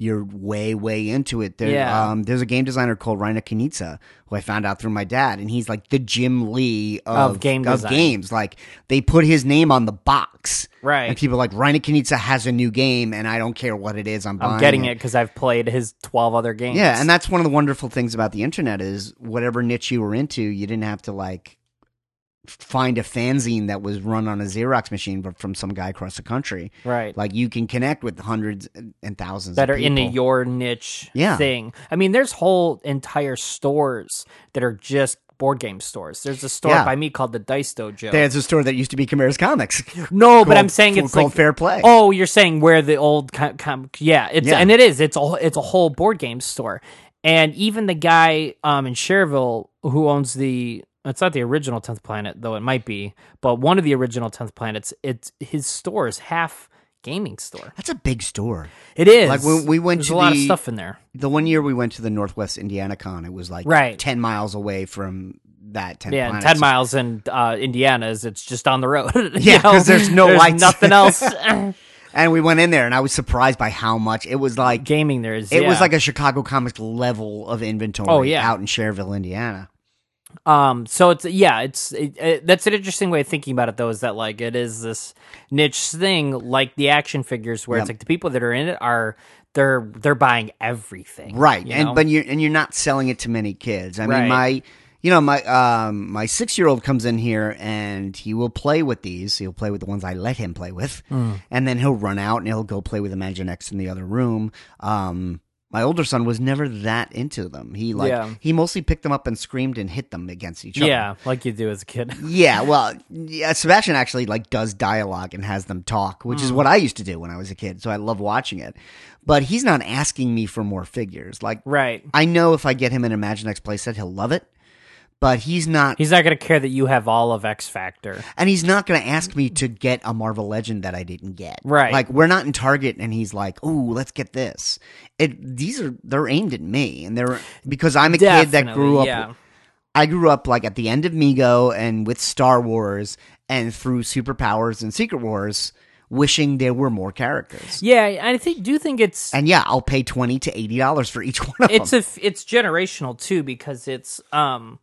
you're way way into it. There,
Yeah.
um, there's a game designer called Rainer Knizia who I found out through my dad, and he's like the Jim Lee of,
Of game design.
games. Like they put his name on the box,
Right.
And people are like Rainer Knizia has a new game, and I don't care what it is. I'm,
I'm
buying
getting it because I've played his twelve other games.
Yeah, and that's one of the wonderful things about the internet is whatever niche you were into, you didn't have to like find a fanzine that was run on a Xerox machine, but from some guy across the country.
right.
Like you can connect with hundreds and thousands
that
of
are into
people.
your niche
Yeah.
thing. I mean, there's whole entire stores that are just board game stores. There's a store
Yeah.
by me called the Dice Dojo.
There's a store that used to be Chimera's Comics.
no, but
called-
I'm saying it's
called
like
Fair Play.
Oh, you're saying where the old com- com- yeah, it's
Yeah.
and it is. It's a it's a whole board game store, and even the guy um in Cherville who owns the it's not the original Tenth Planet though it might be, but one of the original Tenth Planets. It's his store is half gaming store.
That's a big store.
It is
Like, when we went
There's
to
a lot
the-
of stuff in there.
The one year we went to the Northwest Indiana Con, it was like
Right.
10 miles away from that 10
Yeah, and
planets.
ten miles in uh, Indiana is it's just on the road. You
Yeah, 'cause
know?
there's no lights.
nothing else.
And we went in there and I was surprised by how much it was like
Gaming there is.
it was
yeah.
like a Chicago Comics level of inventory
Oh, yeah.
out in Cherville, Indiana.
um. So it's yeah. It's it, it, that's an interesting way of thinking about it though. Is that like it is this niche thing like the action figures where it's
Yep.
like the people that are in it are they're they're buying everything.
Right.
you
and
know?
but you're and you're not selling it to many kids. I mean
Right.
my you know, my um my six year old comes in here and he will play with these. He'll play with the ones I let him play with.
Hmm.
And then he'll run out and he'll go play with Imagine X in the other room. Um my older son was never that into them. He like
Yeah.
he mostly picked them up and screamed and hit them against each other.
yeah, like you do as a kid.
Yeah, well, yeah, Sebastian actually like does dialogue and has them talk, which
Hmm.
is what I used to do when I was a kid. So I love watching it. But he's not asking me for more figures. Like
right.
I know if I get him an Imaginex playset, he'll love it. But he's not,
He's not gonna care that you have all of X Factor.
and he's not going to ask me to get a Marvel Legend that I didn't get.
Right.
Like we're not in Target, and he's like, "Ooh, let's get this." It these are they're aimed at me, and they're because I'm a kid that grew up.
Yeah.
I grew up like at the end of Mego and with Star Wars and through Superpowers and Secret Wars, wishing there were more characters.
Yeah, I think do think it's
And yeah, I'll pay twenty to eighty dollars for each one of
it's
them.
a f- it's generational too because it's um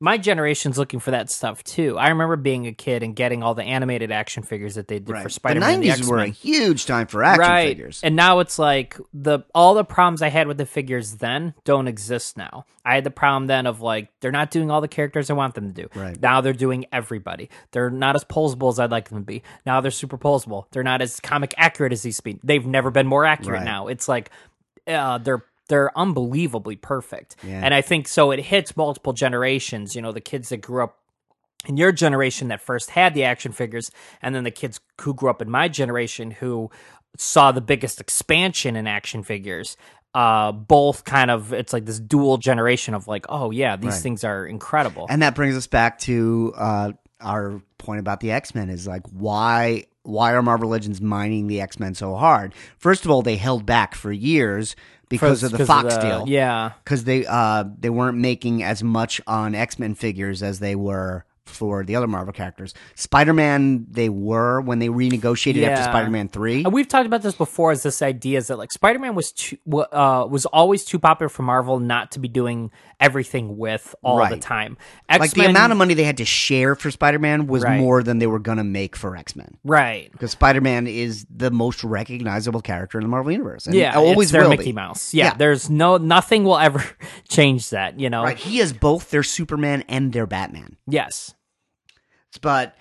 my generation's looking for that stuff too. I remember being a kid and getting all the animated action figures that they did for Spider Man.
the 90s were a huge time for action
right.
figures.
And now it's like the all the problems I had with the figures then don't exist now. I had the problem then of like they're not doing all the characters I want them to do.
Right.
Now they're doing everybody. They're not as poseable as I'd like them to be. Now they're super poseable. They're not as comic accurate as they used to be. They've never been more accurate
Right.
now. It's like uh, they're they're unbelievably perfect. And I think so it hits multiple generations, you know, the kids that grew up in your generation that first had the action figures, and then the kids who grew up in my generation who saw the biggest expansion in action figures. Uh, both kind of it's like this dual generation of like, oh yeah, these things are incredible.
And that brings us back to uh, our point about the X Men is like why why are Marvel Legends mining the X Men so hard? First of all, they held back for years because of the Fox deal.
yeah,
because they uh they weren't making as much on X Men figures as they were for the other Marvel characters. Spider Man, they were when they renegotiated after
Yeah.
Spider Man 3.
And we've talked about this before as this idea is that like Spider-Man was too, wa- uh, was always too popular for Marvel not to be doing everything with all the
Right.
time.
like the
X-Men-
amount of money they had to share for Spider Man was
Right.
more than they were going to make for X Men.
right.
Because Spider Man is the most recognizable character in the Marvel Universe. And
Yeah,
always
it's their
will
Mickey
be.
Mouse. Yeah,
Yeah.
there's no nothing will ever change that. You know.
Right. He is both their Superman and their Batman.
Yes.
But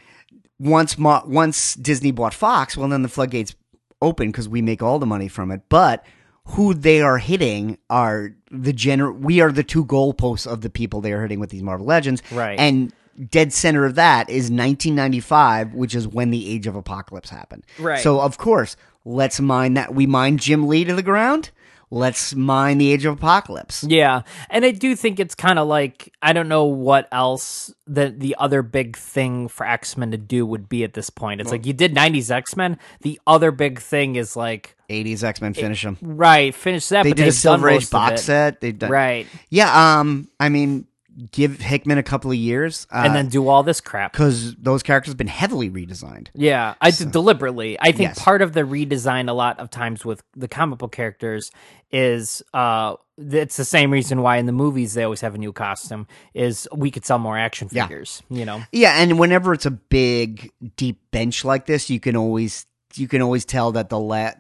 once Mo- once Disney bought Fox, well, then the floodgates open because we make all the money from it. But who they are hitting are the gener. We are the two goalposts of the people they are hitting with these Marvel Legends.
Right.
And dead center of that is 1995, which is when the Age of Apocalypse happened.
Right.
So of course, let's mine that. We mine Jim Lee to the ground. Let's mine the Age of Apocalypse.
Yeah, and I do think it's kind of like I don't know what else that the other big thing for X Men to do would be at this point. It's like you did '90s X Men. The other big thing is like
80s X Men finish them.
right, finish that.
They
but
did a
they've done
Silver
most
Age
of
box
it.
set. They've done
right?
Yeah, um, I mean, give Hickman a couple of years, uh,
and then do all this crap.
because those characters have been heavily redesigned.
Yeah, I did deliberately. I think
Yes.
part of the redesign a lot of times with the comic book characters is uh th- it's the same reason why in the movies they always have a new costume is we could sell more action
Yeah.
figures, you know.
Yeah, and whenever it's a big, deep bench like this, you can always you can always tell that the la-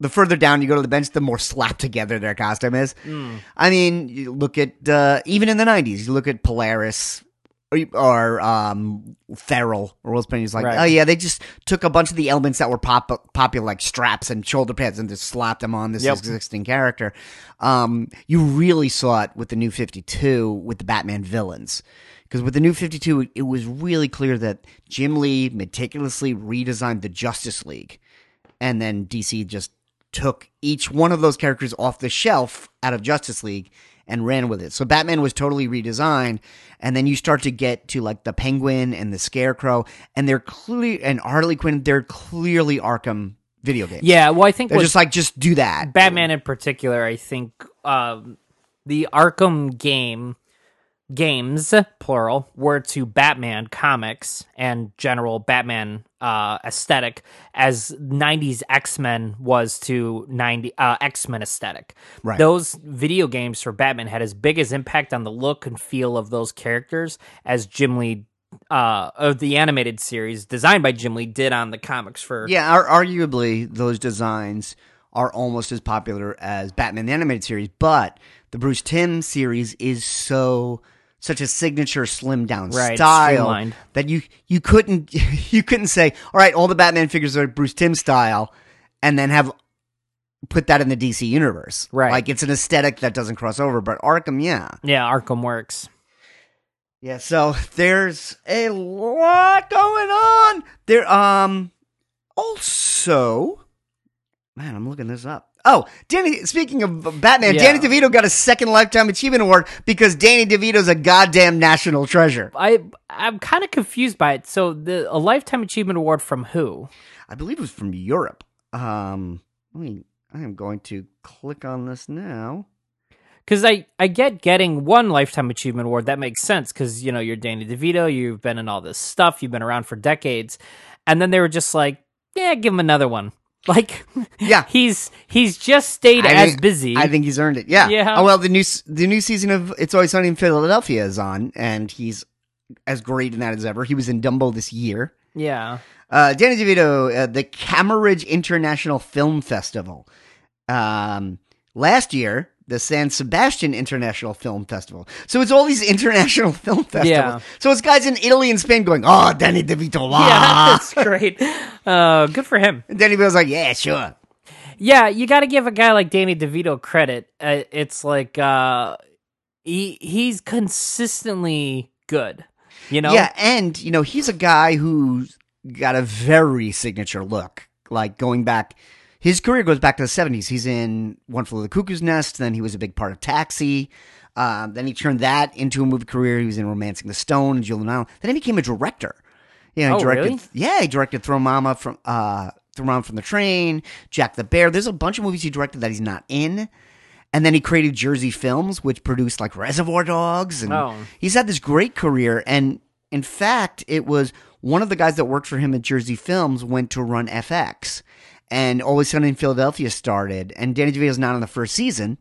the further down you go to the bench, the more slapped together their costume is.
Hmm.
I mean, you look at uh, even in the '90s, you look at Polaris. Or, you- or um, Feral or Will Spence like,
Right.
oh yeah, they just took a bunch of the elements that were pop- popular, like straps and shoulder pads, and just slapped them on this
Yep.
existing character. Um, you really saw it with the New Fifty Two with the Batman villains, because with the New Fifty Two, it was really clear that Jim Lee meticulously redesigned the Justice League, and then DC just took each one of those characters off the shelf out of Justice League and ran with it. So Batman was totally redesigned and then you start to get to like the Penguin and the Scarecrow and they're clear and Harley Quinn they're clearly Arkham video games.
Yeah, well I think
They're
what's-
just like just do that.
Batman in particular, I think um, the Arkham game games plural were to Batman comics and general Batman uh, aesthetic as 90s X-Men was to 90 uh, X-Men aesthetic.
Right.
Those video games for Batman had as big as impact on the look and feel of those characters as Jim Lee uh, of the animated series designed by Jim Lee did on the comics for
Yeah, ar- arguably those designs are almost as popular as Batman the animated series, but the Bruce Timm series is so such a signature slim down
Right,
style
streamlined.
that you you couldn't you couldn't say, all right, all the Batman figures are Bruce Timm style, and then have put that in the DC universe.
Right.
like it's an aesthetic that doesn't cross over. But Arkham, yeah,
yeah Arkham Works.
yeah, so there's a lot going on. There um also Man, I'm looking this up. Oh, Danny speaking of Batman,
Yeah.
Danny DeVito got a second lifetime achievement award because Danny DeVito's a goddamn national treasure.
I I'm kind of confused by it. So the a lifetime achievement award from who?
I believe it was from Europe. Um let me I am going to click on this now.
Because I I get getting one lifetime achievement award that makes sense because you know you're Danny DeVito, you've been in all this stuff, you've been around for decades, and then they were just like, yeah, give him another one. Like,
Yeah.
he's he's just stayed
I
as
think-
busy.
I think he's earned it. Yeah.
Yeah.
Oh, well, the new s- the new season of It's Always Sunny in Philadelphia is on, and he's as great in that as ever. He was in Dumbo this year.
yeah.
Uh, Danny DeVito, uh, the Cambridge International Film Festival. Um, last year, the San Sebastian International Film Festival. So it's all these international film festivals. So it's guys in Italy and Spain going, "Oh, Danny DeVito, wow."
Yeah, that's great. Uh, good for him.
And Danny DeVito's like, "Yeah, sure."
Yeah, you got to give a guy like Danny DeVito credit. Uh, it's like uh, he he's consistently good. You know,
Yeah, and you know he's a guy who's got a very signature look. Like going back, his career goes back to the seventies. He's in One Flew Over the Cuckoo's Nest. Then he was a big part of Taxi. Um, then he turned that into a movie career. He was in Romancing the Stone and Julian Island. Then he became a director. You know, he
Oh,
directed.
really?
Yeah, he directed Throw Mama from uh, Throw Mama from the Train, Jack the Bear. There's a bunch of movies he directed that he's not in. And then he created Jersey Films, which produced like Reservoir Dogs. And
Oh.
he's had this great career. And In fact, it was one of the guys that worked for him at Jersey Films went to run FX, and Always Sunny in Philadelphia started, and Danny DeVito's not on the first season,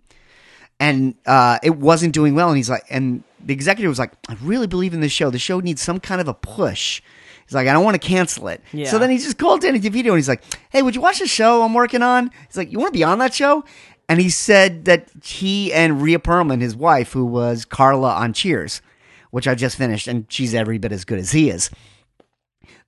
and uh, it wasn't doing well, and he's like, and the executive was like, I really believe in this show. The show needs some kind of a push. He's like, I don't want to cancel it.
Yeah.
So then he just called Danny DeVito and he's like, Hey, would you watch the show I'm working on? He's like, You want to be on that show? And he said that he and Rhea Perlman, his wife, who was Carla on Cheers, which I just finished, and she's every bit as good as he is.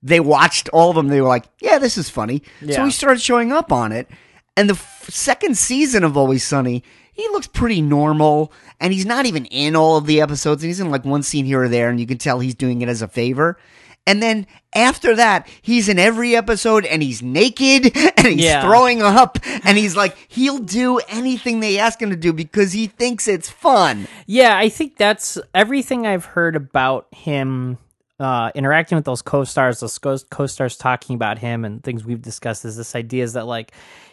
They watched all of them. They were like, Yeah, this is funny. So
Yeah.
he started showing up on it. And the f- second season of Always Sunny, he looks pretty normal, and he's not even in all of the episodes, and he's in like one scene here or there, and you can tell he's doing it as a favor. And then after that, he's in every episode, and he's naked, and he's
Yeah.
throwing up, and he's like, he'll do anything they ask him to do because he thinks it's fun.
Yeah, I think that's everything I've heard about him uh, interacting with those co-stars, those co- co-stars talking about him and things we've discussed is this idea is that like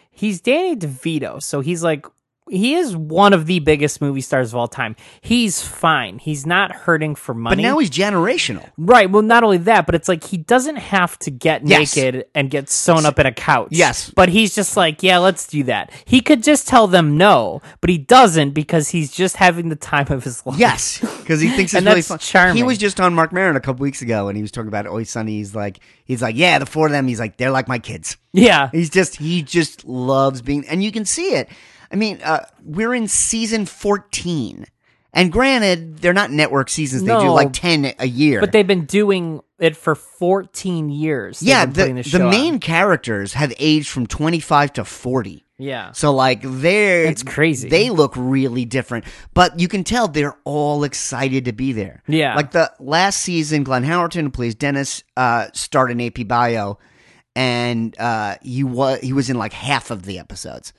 he's Danny DeVito, so he's like he is one of the biggest movie stars of all time. He's fine. He's not hurting for
But
money.
now he's generational.
right. Well, not only that, but it's like he doesn't have to get
Yes.
naked and get sewn up in a couch.
Yes.
But he's just like, yeah, let's do that. He could just tell them no, but he doesn't because he's just having the time of his life.
Yes, because he thinks it's
And
really
that's
fun.
charming.
He was just on Mark Maron a couple weeks ago, and he was talking about Oi Sonny. He's like, he's like, yeah, the four of them. He's like, they're like my kids.
Yeah.
He's just he just loves being, and you can see it. I mean, uh, we're in season fourteen, and granted, they're not network seasons. They do
No.
like ten a year.
But they've been doing it for 14 years. They've
yeah,
been
the,
putting this
the
show
main
on.
characters have aged from twenty five to forty.
Yeah.
So like they're
That's crazy.
They look really different, but you can tell they're all excited to be there.
Yeah.
Like the last season, Glenn Howerton plays Dennis, uh, starred in AP Bio, and uh, he was he was in like half of the episodes.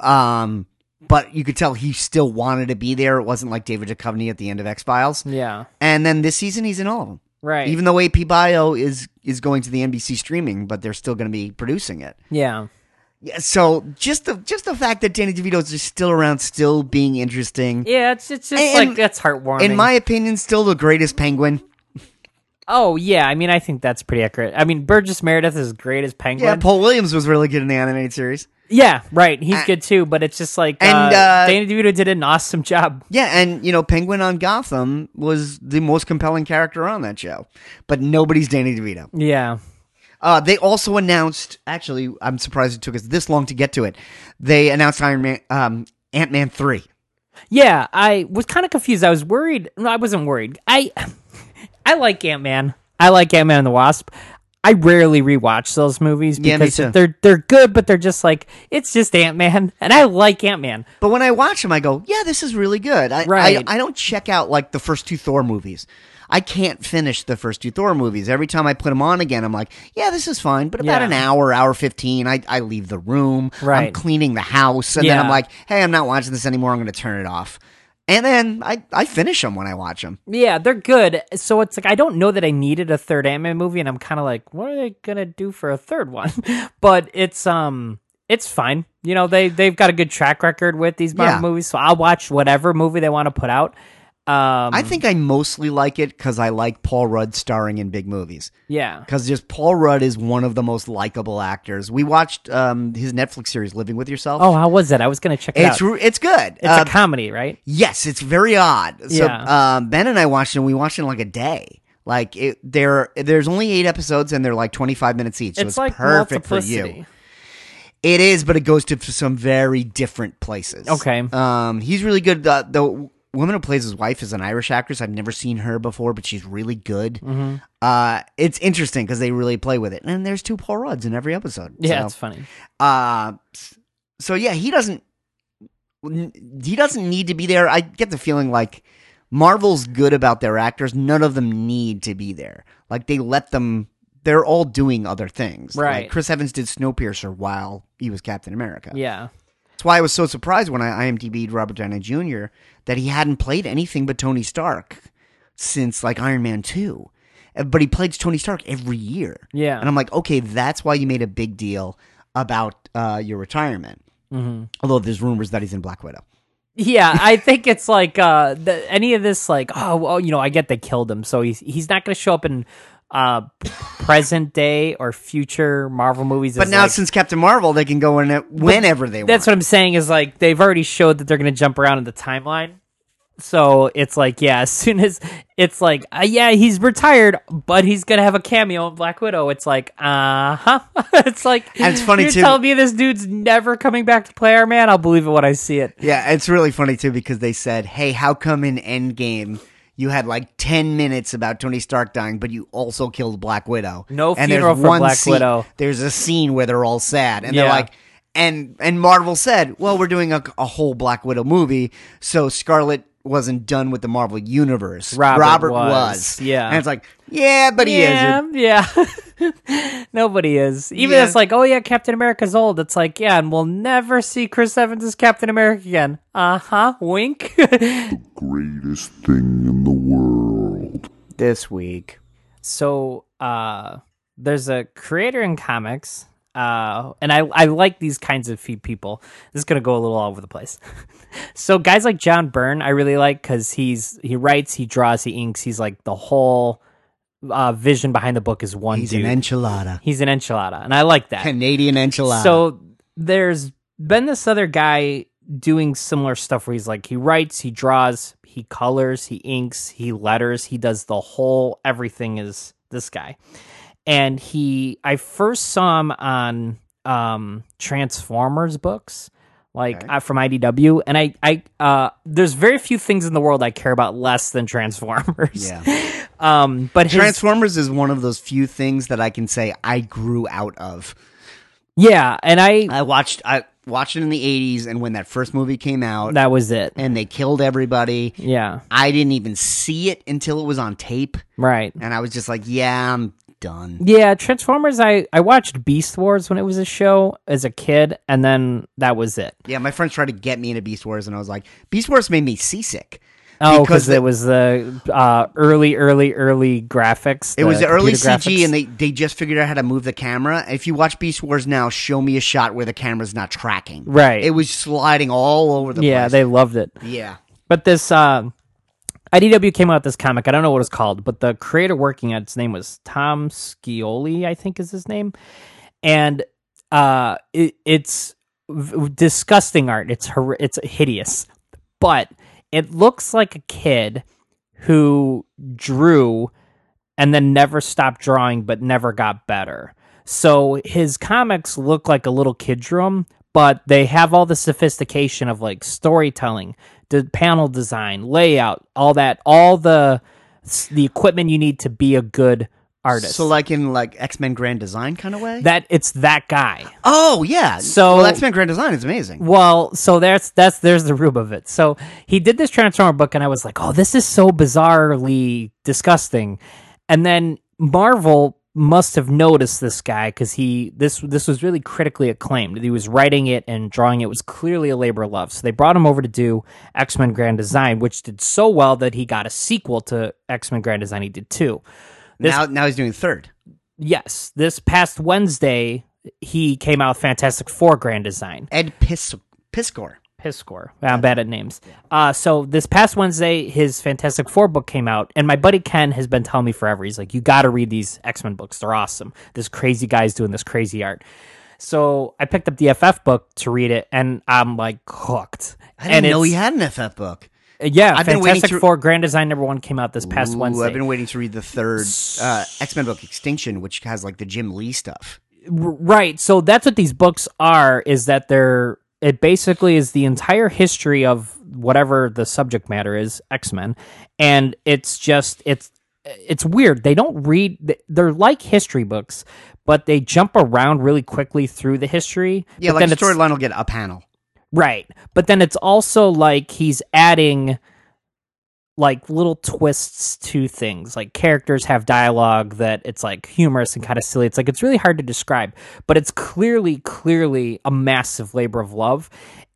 Um, but you could tell he still wanted to be there. It wasn't like David Duchovny at the end of X Files.
Yeah.
And then this season, he's in all of them.
Right.
Even though AP Bio is is going to the NBC streaming, but they're still going to be producing it.
Yeah.
Yeah, so just the just the fact that Danny DeVito's just still around, still being interesting.
Yeah, it's, it's just
And-
like that's heartwarming.
in my opinion, still the greatest penguin.
oh yeah, I mean I think that's pretty accurate. I mean Burgess Meredith is great as Penguin.
Yeah, Paul Williams was really good in the animated series.
Yeah, right. He's
Uh,
good too, but it's just like
and,
uh,
uh,
Danny DeVito did an awesome job.
Yeah, and you know, Penguin on Gotham was the most compelling character on that show. But nobody's Danny DeVito.
Yeah.
Uh, they also announced. Actually, I'm surprised it took us this long to get to it. They announced Iron Man, um, Ant Man three.
Yeah, I was kind of confused. I was worried. No, I wasn't worried. I I like Ant Man. I like Ant Man and the Wasp. I rarely rewatch those movies
Yeah, me
because
too.
they're they're good, but they're just like it's just Ant Man, and I like Ant Man.
But when I watch them, I go, yeah, this is really good. I,
Right.
I, I don't check out like the first two Thor movies. I can't finish the first two Thor movies. Every time I put them on again, I'm like, yeah, this is fine. But about
Yeah.
an hour, hour 15, I, I leave the room. I'm
Right.
cleaning the house. And then I'm
Yeah.
like, hey, I'm not watching this anymore. I'm going to turn it off. And then I, I finish them when I watch them.
Yeah, they're good. So it's like I don't know that I needed a third Ant Man movie, and I'm kind of like, what are they gonna do for a third one? but it's um, it's fine. You know, they they've got a good track record with these Marvel
Yeah.
movies, so I'll watch whatever movie they want to put out. Um,
I think I mostly like it because I like Paul Rudd starring in big movies.
yeah,
because just Paul Rudd is one of the most likable actors. We watched um, his Netflix series "Living with Yourself."
Oh, how was that? I was gonna check it
it's
out.
ru- it's good.
It's
Uh,
a comedy, right?
yes, it's very odd. So
Yeah.
um, Ben and I watched it. and We watched it in like a day. Like it, there, there's only eight episodes, and they're like 25 minutes each. So it's,
like
perfect for you.
multiplicity.
It is, but it goes to some very different places.
Okay.
Um, he's really good. The, the woman who plays his wife is an Irish actress. I've never seen her before, but she's really good.
Mm-hmm.
Uh, it's interesting because they really play with it. And there's two Paul Rudds in every episode.
Yeah,
So-
it's funny.
uh, s- so yeah, he doesn't. n- He doesn't need to be there. I get the feeling like Marvel's good about their actors. None of them need to be there. Like they let them. They're all doing other things. Like,
Right.
Chris Evans did Snowpiercer while he was Captain America.
Yeah.
That's why I was so surprised when I IMDb'd Robert Downey Jr. that he hadn't played anything but Tony Stark since like Iron Man Two. Uh, But he plays Tony Stark every year.
Yeah.
And I'm like, okay, that's why you made a big
Mm-hmm.
deal about uh, your retirement. Although there's rumors that he's in Black Widow.
Yeah, I think it's like uh, the, any of this, like, oh, well, you know, I get they killed him, so he's he's not going to show up in uh, present day or future Marvel movies.
But
as,
now,
like-
since Captain Marvel, they can go in it whenever they want.
that's what I'm saying is like they've already showed that they're going to jump around in the timeline. So it's like, yeah, as soon as it's like, uh, yeah, he's retired, but he's gonna have a cameo in Black Widow. It's like, uh huh. it's like,
And it's funny,
you're
too.
Telling me this dude's never coming back to play our man, I'll believe it when I see it.
Yeah, it's really funny too because they said, "Hey, how come in Endgame you had like ten minutes about Tony Stark dying, but you also killed Black Widow?"
No
and there's
funeral for
one
Black
scene-
Widow.
There's a scene where they're all sad, and they're
Yeah.
like, and and Marvel said, "Well, we're doing a, a whole Black Widow movie, so Scarlet." Wasn't done with the Marvel universe.
Robert
was.
was, yeah.
and it's like, yeah, but he
yeah,
isn't.
yeah. Nobody is. Even
Yeah.
it's like, oh yeah, Captain America's old. It's like, yeah, and we'll never see Chris Evans as Captain America again. Uh huh. Wink.
greatest thing in the world.
This week,
so uh there's a creator in comics uh and i i like these kinds of feed people this is gonna go a little all over the place so guys like john byrne i really like because he's he writes he draws he inks he's like the whole uh vision behind the book is one
he's
dude
an enchilada,
he's an enchilada and i like that
Canadian enchilada.
so there's been this other guy doing similar stuff where he's like he writes, he draws, he colors, he inks, he letters, he does the whole everything is this guy. And he I first saw him on um Transformers books like uh, from IDW and I I uh there's very few things in the world I care about less than Transformers. Yeah. um but his,
Transformers is one of those few things that I can say I grew out of.
yeah, and I
I watched I watched it in the 80s and when that first movie came out
that was it.
Uh, and they killed everybody.
Yeah.
I didn't even see it until it was on tape
Right.
and I was just like, yeah, I'm done.
Yeah, Transformers. I I watched Beast Wars when it was a show as a kid, and then that was it.
Yeah, my friends tried to get me into Beast Wars and I was like, Beast Wars made me seasick.
Oh,
Because
because
the-
it was the uh, early, early, early graphics.
It was the early CG and
the
they, they just figured out how to move the camera. If you watch Beast Wars now, show me a shot where the camera's not tracking.
Right.
It was sliding all over the
yeah,
place.
they loved it.
yeah.
But this um, IDW came out with this comic. I don't know what it's called, but the creator working on its name was Tom Scioli, I think is his name, and uh, it, it's v- disgusting art. It's hor- it's hideous, but it looks like a kid who drew and then never stopped drawing but never got better. So his comics look like a little kid drew 'em, but they have all the sophistication of like storytelling, the panel design, layout, all that, all the the equipment you need to be a good artist.
So like in like X-Men Grand Design kind of way?
that it's that guy.
Oh yeah.
So-
well, X Men Grand Design is amazing.
Well, so that's that's there's the rub of it. So he did this Transformer book, and I was like, oh, this is so bizarrely disgusting. And then Marvel must have noticed this guy because he this this was really critically acclaimed. He was writing it and drawing it was clearly a labor of love. So they brought him over to do X Men Grand Design, which did so well that he got a sequel to X Men Grand Design. He did too.
now now he's doing third.
Yes, this past Wednesday he came out with Fantastic Four Grand Design.
Ed Pis- Piscor.
Piscor. I'm bad at names. Uh, so this past Wednesday, his Fantastic Four book came out, and my buddy Ken has been telling me forever. He's like, "You got to read these X Men books. They're awesome. This crazy guy's doing this crazy art." So I picked up the FF book to read it, and I'm like hooked.
I didn't
and
know
it's-
he had an FF book.
Yeah,
I've been waiting
Fantastic
to-
Four Grand Design number one came out this past
Ooh,
Wednesday.
I've been waiting to read the third uh, X Men book Extinction, which has like the Jim Lee stuff.
R- right so that's what these books are is that they're it basically is the entire history of whatever the subject matter is x-men and it's just it's it's weird they don't read th- they're like history books but they jump around really quickly through the history
Yeah,
but
like
then
the
it's-
storyline will get a panel.
Right. But then it's also like he's adding like little twists to things. Like characters have dialogue that it's like humorous and kind of silly. It's like it's really hard to describe, but it's clearly clearly a massive labor of love.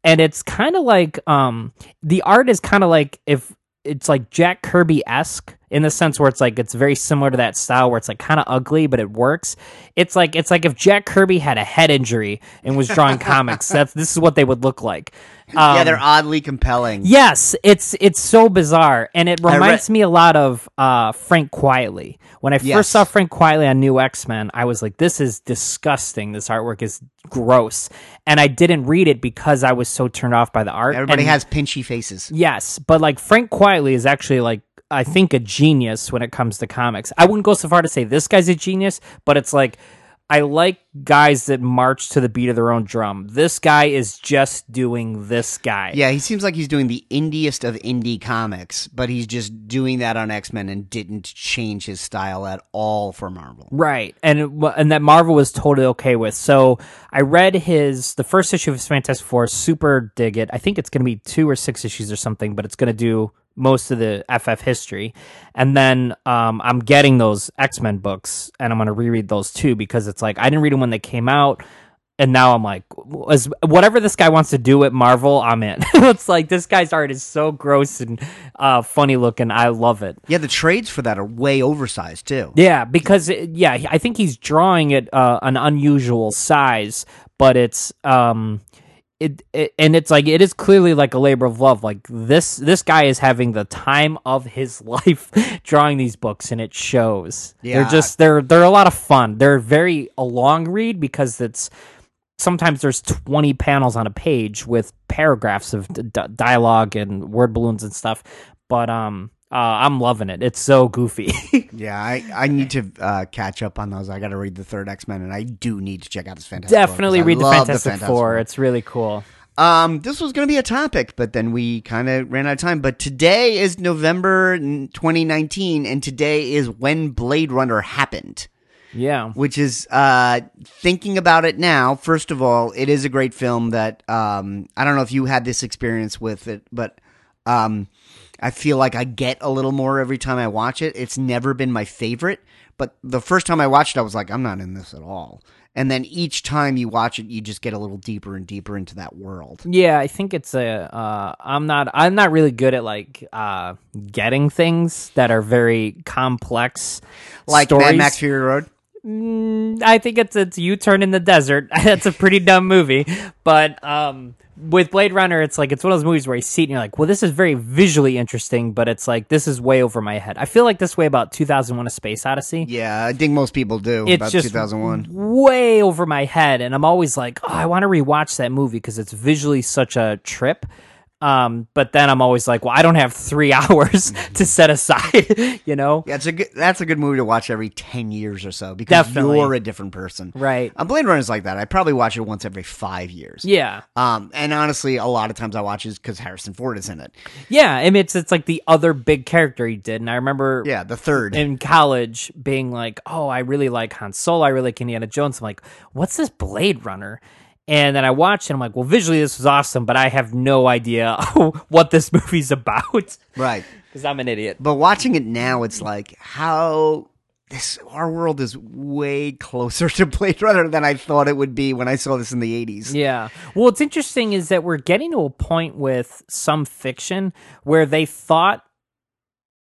And it's kind of like um the art is kind of like if it's like Jack Kirby-esque in the sense where it's like it's very similar to that style where it's like kind of ugly but it works. It's like it's like if Jack Kirby had a head injury and was drawing comics. That's this is what they would look like. Um,
yeah, they're oddly compelling.
Yes, it's it's so bizarre, and it
read-
reminds me a lot of uh, Frank Quietly. When I
Yes.
first saw Frank Quietly on New X Men, I was like, "This is disgusting. This artwork is gross," and I didn't read it because I was so turned off by the art.
Everybody
And-
has pinchy faces.
yes, but like Frank Quietly is actually like I think a genius when it comes to comics. I wouldn't go so far to say this guy's a genius, but it's like. I like guys that march to the beat of their own drum. This guy is just doing this guy.
Yeah, he seems like he's doing the indiest of indie comics, but he's just doing that on X Men and didn't change his style at all for Marvel.
Right, and it wa- and that Marvel was totally okay with. So I read his the first issue of his Fantastic Four. Super dig it. I think it's going to be two or six issues or something, but it's going to do most of the FF history. And then um, I'm getting those X Men books, and I'm going to reread those too because it's like I didn't read them when they came out, and now I'm like, as whatever this guy wants to do at Marvel, I'm in. it's like this guy's art is so gross and uh, funny looking. I love it.
Yeah, the trades for that are way oversized too.
Yeah, because it, yeah, he- I think he's drawing it uh, an unusual size, but it's um it, it and it's like it is clearly like a labor of love. Like this this guy is having the time of his life drawing these books and it shows.
Yeah.
They're just they're they're a lot of fun. They're very a long read because it's sometimes there's 20 panels on a page with paragraphs of d- d- dialogue and word balloons and stuff, but um uh, I'm loving it. It's so goofy.
Yeah, I, I need to uh, catch up on those. I got to read the third X Men, and I do need to check out this Fantastic. Four, 'cause
definitely
I
read the
love
Fantastic, Four. It's really cool.
Um, this was going to be a topic, but then we kind of ran out of time. But today is November n- 2019, and today is when Blade Runner happened,
Yeah.
which is uh, thinking about it now. First of all, it is a great film that um, I don't know if you had this experience with it, but um, I feel like I get a little more every time I watch it. It's never been my favorite, but the first time I watched it, I was like, I'm not in this at all. And then each time you watch it, you just get a little deeper and deeper into that world.
Yeah, I think it's a uh I'm not I'm not really good at like uh getting things that are very complex
like
stories.
Mad Max Fury Road.
Mm, I think it's it's U turn in the desert. That's a pretty dumb movie, but um, with Blade Runner, it's like it's one of those movies where you see it and you're like, well, this is very visually interesting, but it's like this is way over my head. I feel like this way about 2001: A Space Odyssey.
Yeah, I think most people do.
it's
about
just
2001.
way over my head and i'm always like oh, i want to rewatch that movie because it's visually such a trip um, but then i'm always like well i don't have three hours to set aside you know
Yeah, it's a good, that's a good movie to watch every 10 years or so because
Definitely.
you're a different person.
Right.
And Blade Runner's like that. I probably watch it once every five years.
yeah
Um, and honestly, a lot of times I watch it because Harrison Ford is in it.
yeah i mean it's, it's like the other big character he did and i remember
Yeah, the third.
in college being like, "Oh, I really like Han Solo. I really like Indiana Jones." I'm like, "What's this Blade Runner?" And then I watched it. I'm like, "Well, visually this was awesome, but I have no idea what this movie's about
right.
because I'm an idiot."
But watching it now, it's like how this our world is way closer to Blade Runner than I thought it would be when I saw this in the 80s.
Yeah. Well, what's interesting is that we're getting to a point with some fiction where they thought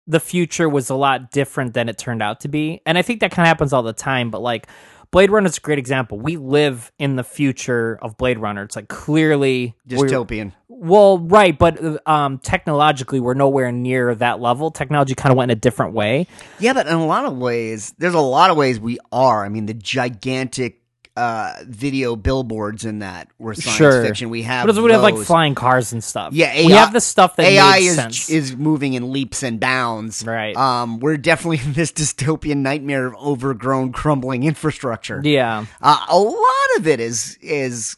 the future was a lot different than it turned out to be. And I think that kind of happens all the time, but like Blade Runner is a great example. We live in the future of Blade Runner. It's like clearly we're-
Dystopian.
well, right, but um, technologically, we're nowhere near that level. Technology kind of went in a different way.
Yeah, but in a lot of ways, there's a lot of ways we are. I mean, the gigantic uh, video billboards in that were science
Sure.
fiction. We have,
But also we have like
those.
flying cars and stuff.
Yeah, AI,
we have the stuff that
AI
made
is
sense.
is moving in leaps and bounds.
Right.
Um, we're definitely in this dystopian nightmare of overgrown, crumbling infrastructure.
yeah,
Uh, a lot of it is is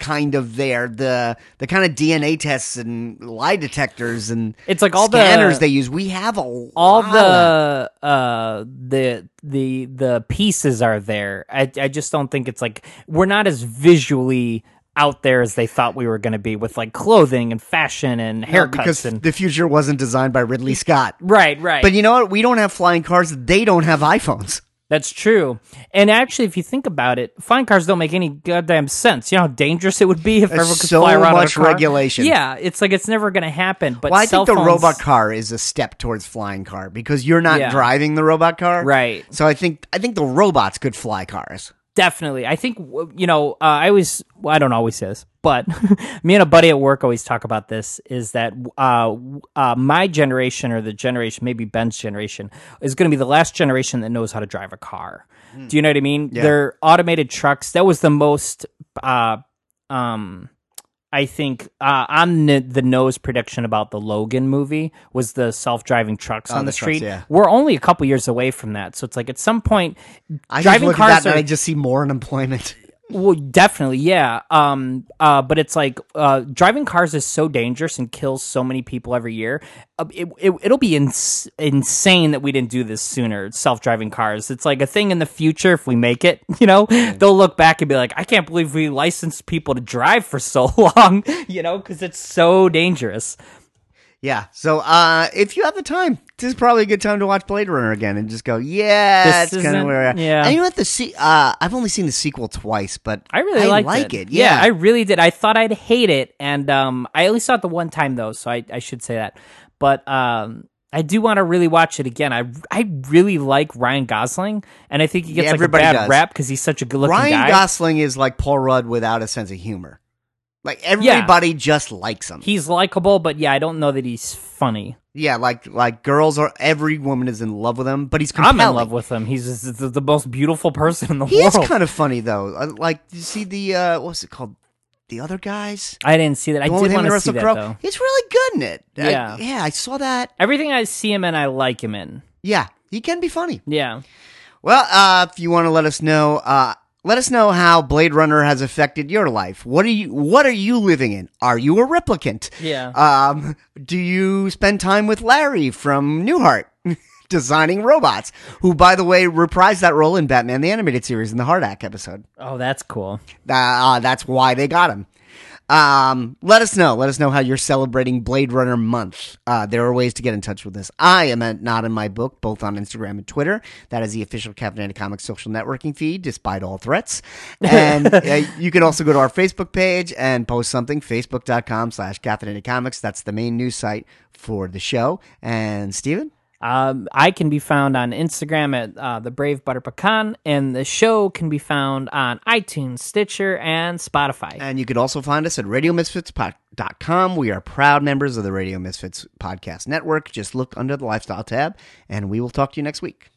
kind of there. The the kind of DNA tests and lie detectors and
It's like all the-
scanners they use. We have a
all
lot of that.
the uh the the the pieces are there i i just don't think it's like we're not as visually out there as they thought we were going to be with like clothing and fashion and
No,
haircuts
because
and
the future wasn't designed by Ridley Scott.
right right
But you know what? We don't have flying cars. They don't have iPhones.
That's true. And actually, if you think about it, flying cars don't make any goddamn sense. You know how dangerous it would be if
There's
everyone could
so
fly around in a
much
car?
regulation.
Yeah, it's like it's never going to happen. But
Well, I
cell
think the
phones-
robot car is a step towards flying car because you're not
Yeah.
driving the robot car,
Right.
So I think I think the robots could fly cars.
Definitely. I think, w- you know, uh, I always, well, I don't always say this, but me and a buddy at work always talk about this is that uh, w- uh, my generation or the generation, maybe Ben's generation, is going to be the last generation that knows how to drive a car.
Hmm.
Do you know what I mean? They're automated trucks. That was the most, uh, um, I think, uh, on the, the nose prediction about the Logan movie was the self driving trucks on,
Oh, the
the,
trucks,
street.
yeah.
We're only a couple years away from that. So it's like at some point,
I just
driving
look
cars
at that
are
and I just see more unemployment.
well, definitely, yeah. Um, uh, but it's like uh, driving cars is so dangerous and kills so many people every year. Uh, it, it, it'll be ins- insane that we didn't do this sooner. Self-driving cars. It's like a thing in the future if we make it. You know, they'll look back and be like, "I can't believe we licensed people to drive for so long." You know, because it's so dangerous.
Yeah. So uh, if you have the time, this is probably a good time to watch Blade Runner again and just go, yeah,
This
that's kind of
isn't-
where. I-"
yeah.
And you know what? The se- uh, I've only seen the sequel twice, but
I really liked
like it.
Yeah.
Yeah.
I really did. I thought I'd hate it, and um, I only saw it the one time though, so I, I should say that. But um, I do want to really watch it again. I I really like Ryan Gosling, and I think he gets
Yeah,
like a
everybody
bad
does.
rap because he's such a good looking
Ryan
guy.
Gosling is like Paul Rudd without a sense of humor. Like everybody just likes him.
he's likable, but yeah, I don't know that he's funny.
yeah, like like girls are every woman is in love with him, but he's
I'm
compelling.
in love with him. He's just the, the most beautiful person in the
He
world.
is kind of funny though. Uh, Like you see the uh, what's it called? The other guys.
I didn't see that. I
the one with
did
him
want
and
to see
Russell
that
Crowe.
though.
He's really good in it. I-
Yeah.
yeah, I saw that.
Everything I see him in, I like him in.
Yeah, he can be funny.
Yeah.
Well, uh, if you want to let us know, uh, let us know how Blade Runner has affected your life. What are you What are you living in? Are you a replicant?
Yeah.
Um, do you spend time with Larry from Newhart? Designing robots, who, by the way, reprised that role in Batman the Animated Series in the Hard Act episode.
Oh, that's cool.
Uh, uh, that's why they got him. Um, let us know. Let us know how you're celebrating Blade Runner month. Uh, there are ways to get in touch with us. I am at Not in My Book, both on Instagram and Twitter. That is the official Caffeinated Comics social networking feed, despite all threats. And uh, you can also go to our Facebook page and post something, facebook.com slash Caffeinated Comics. That's the main news site for the show. And Steven?
Um, I can be found on Instagram at uh, the Brave Butter Pecan, and the show can be found on iTunes, Stitcher, and Spotify.
And you can also find us at radiomisfitspod.com. We are proud members of the Radio Misfits Podcast Network. Just look under the Lifestyle tab, and we will talk to you next week.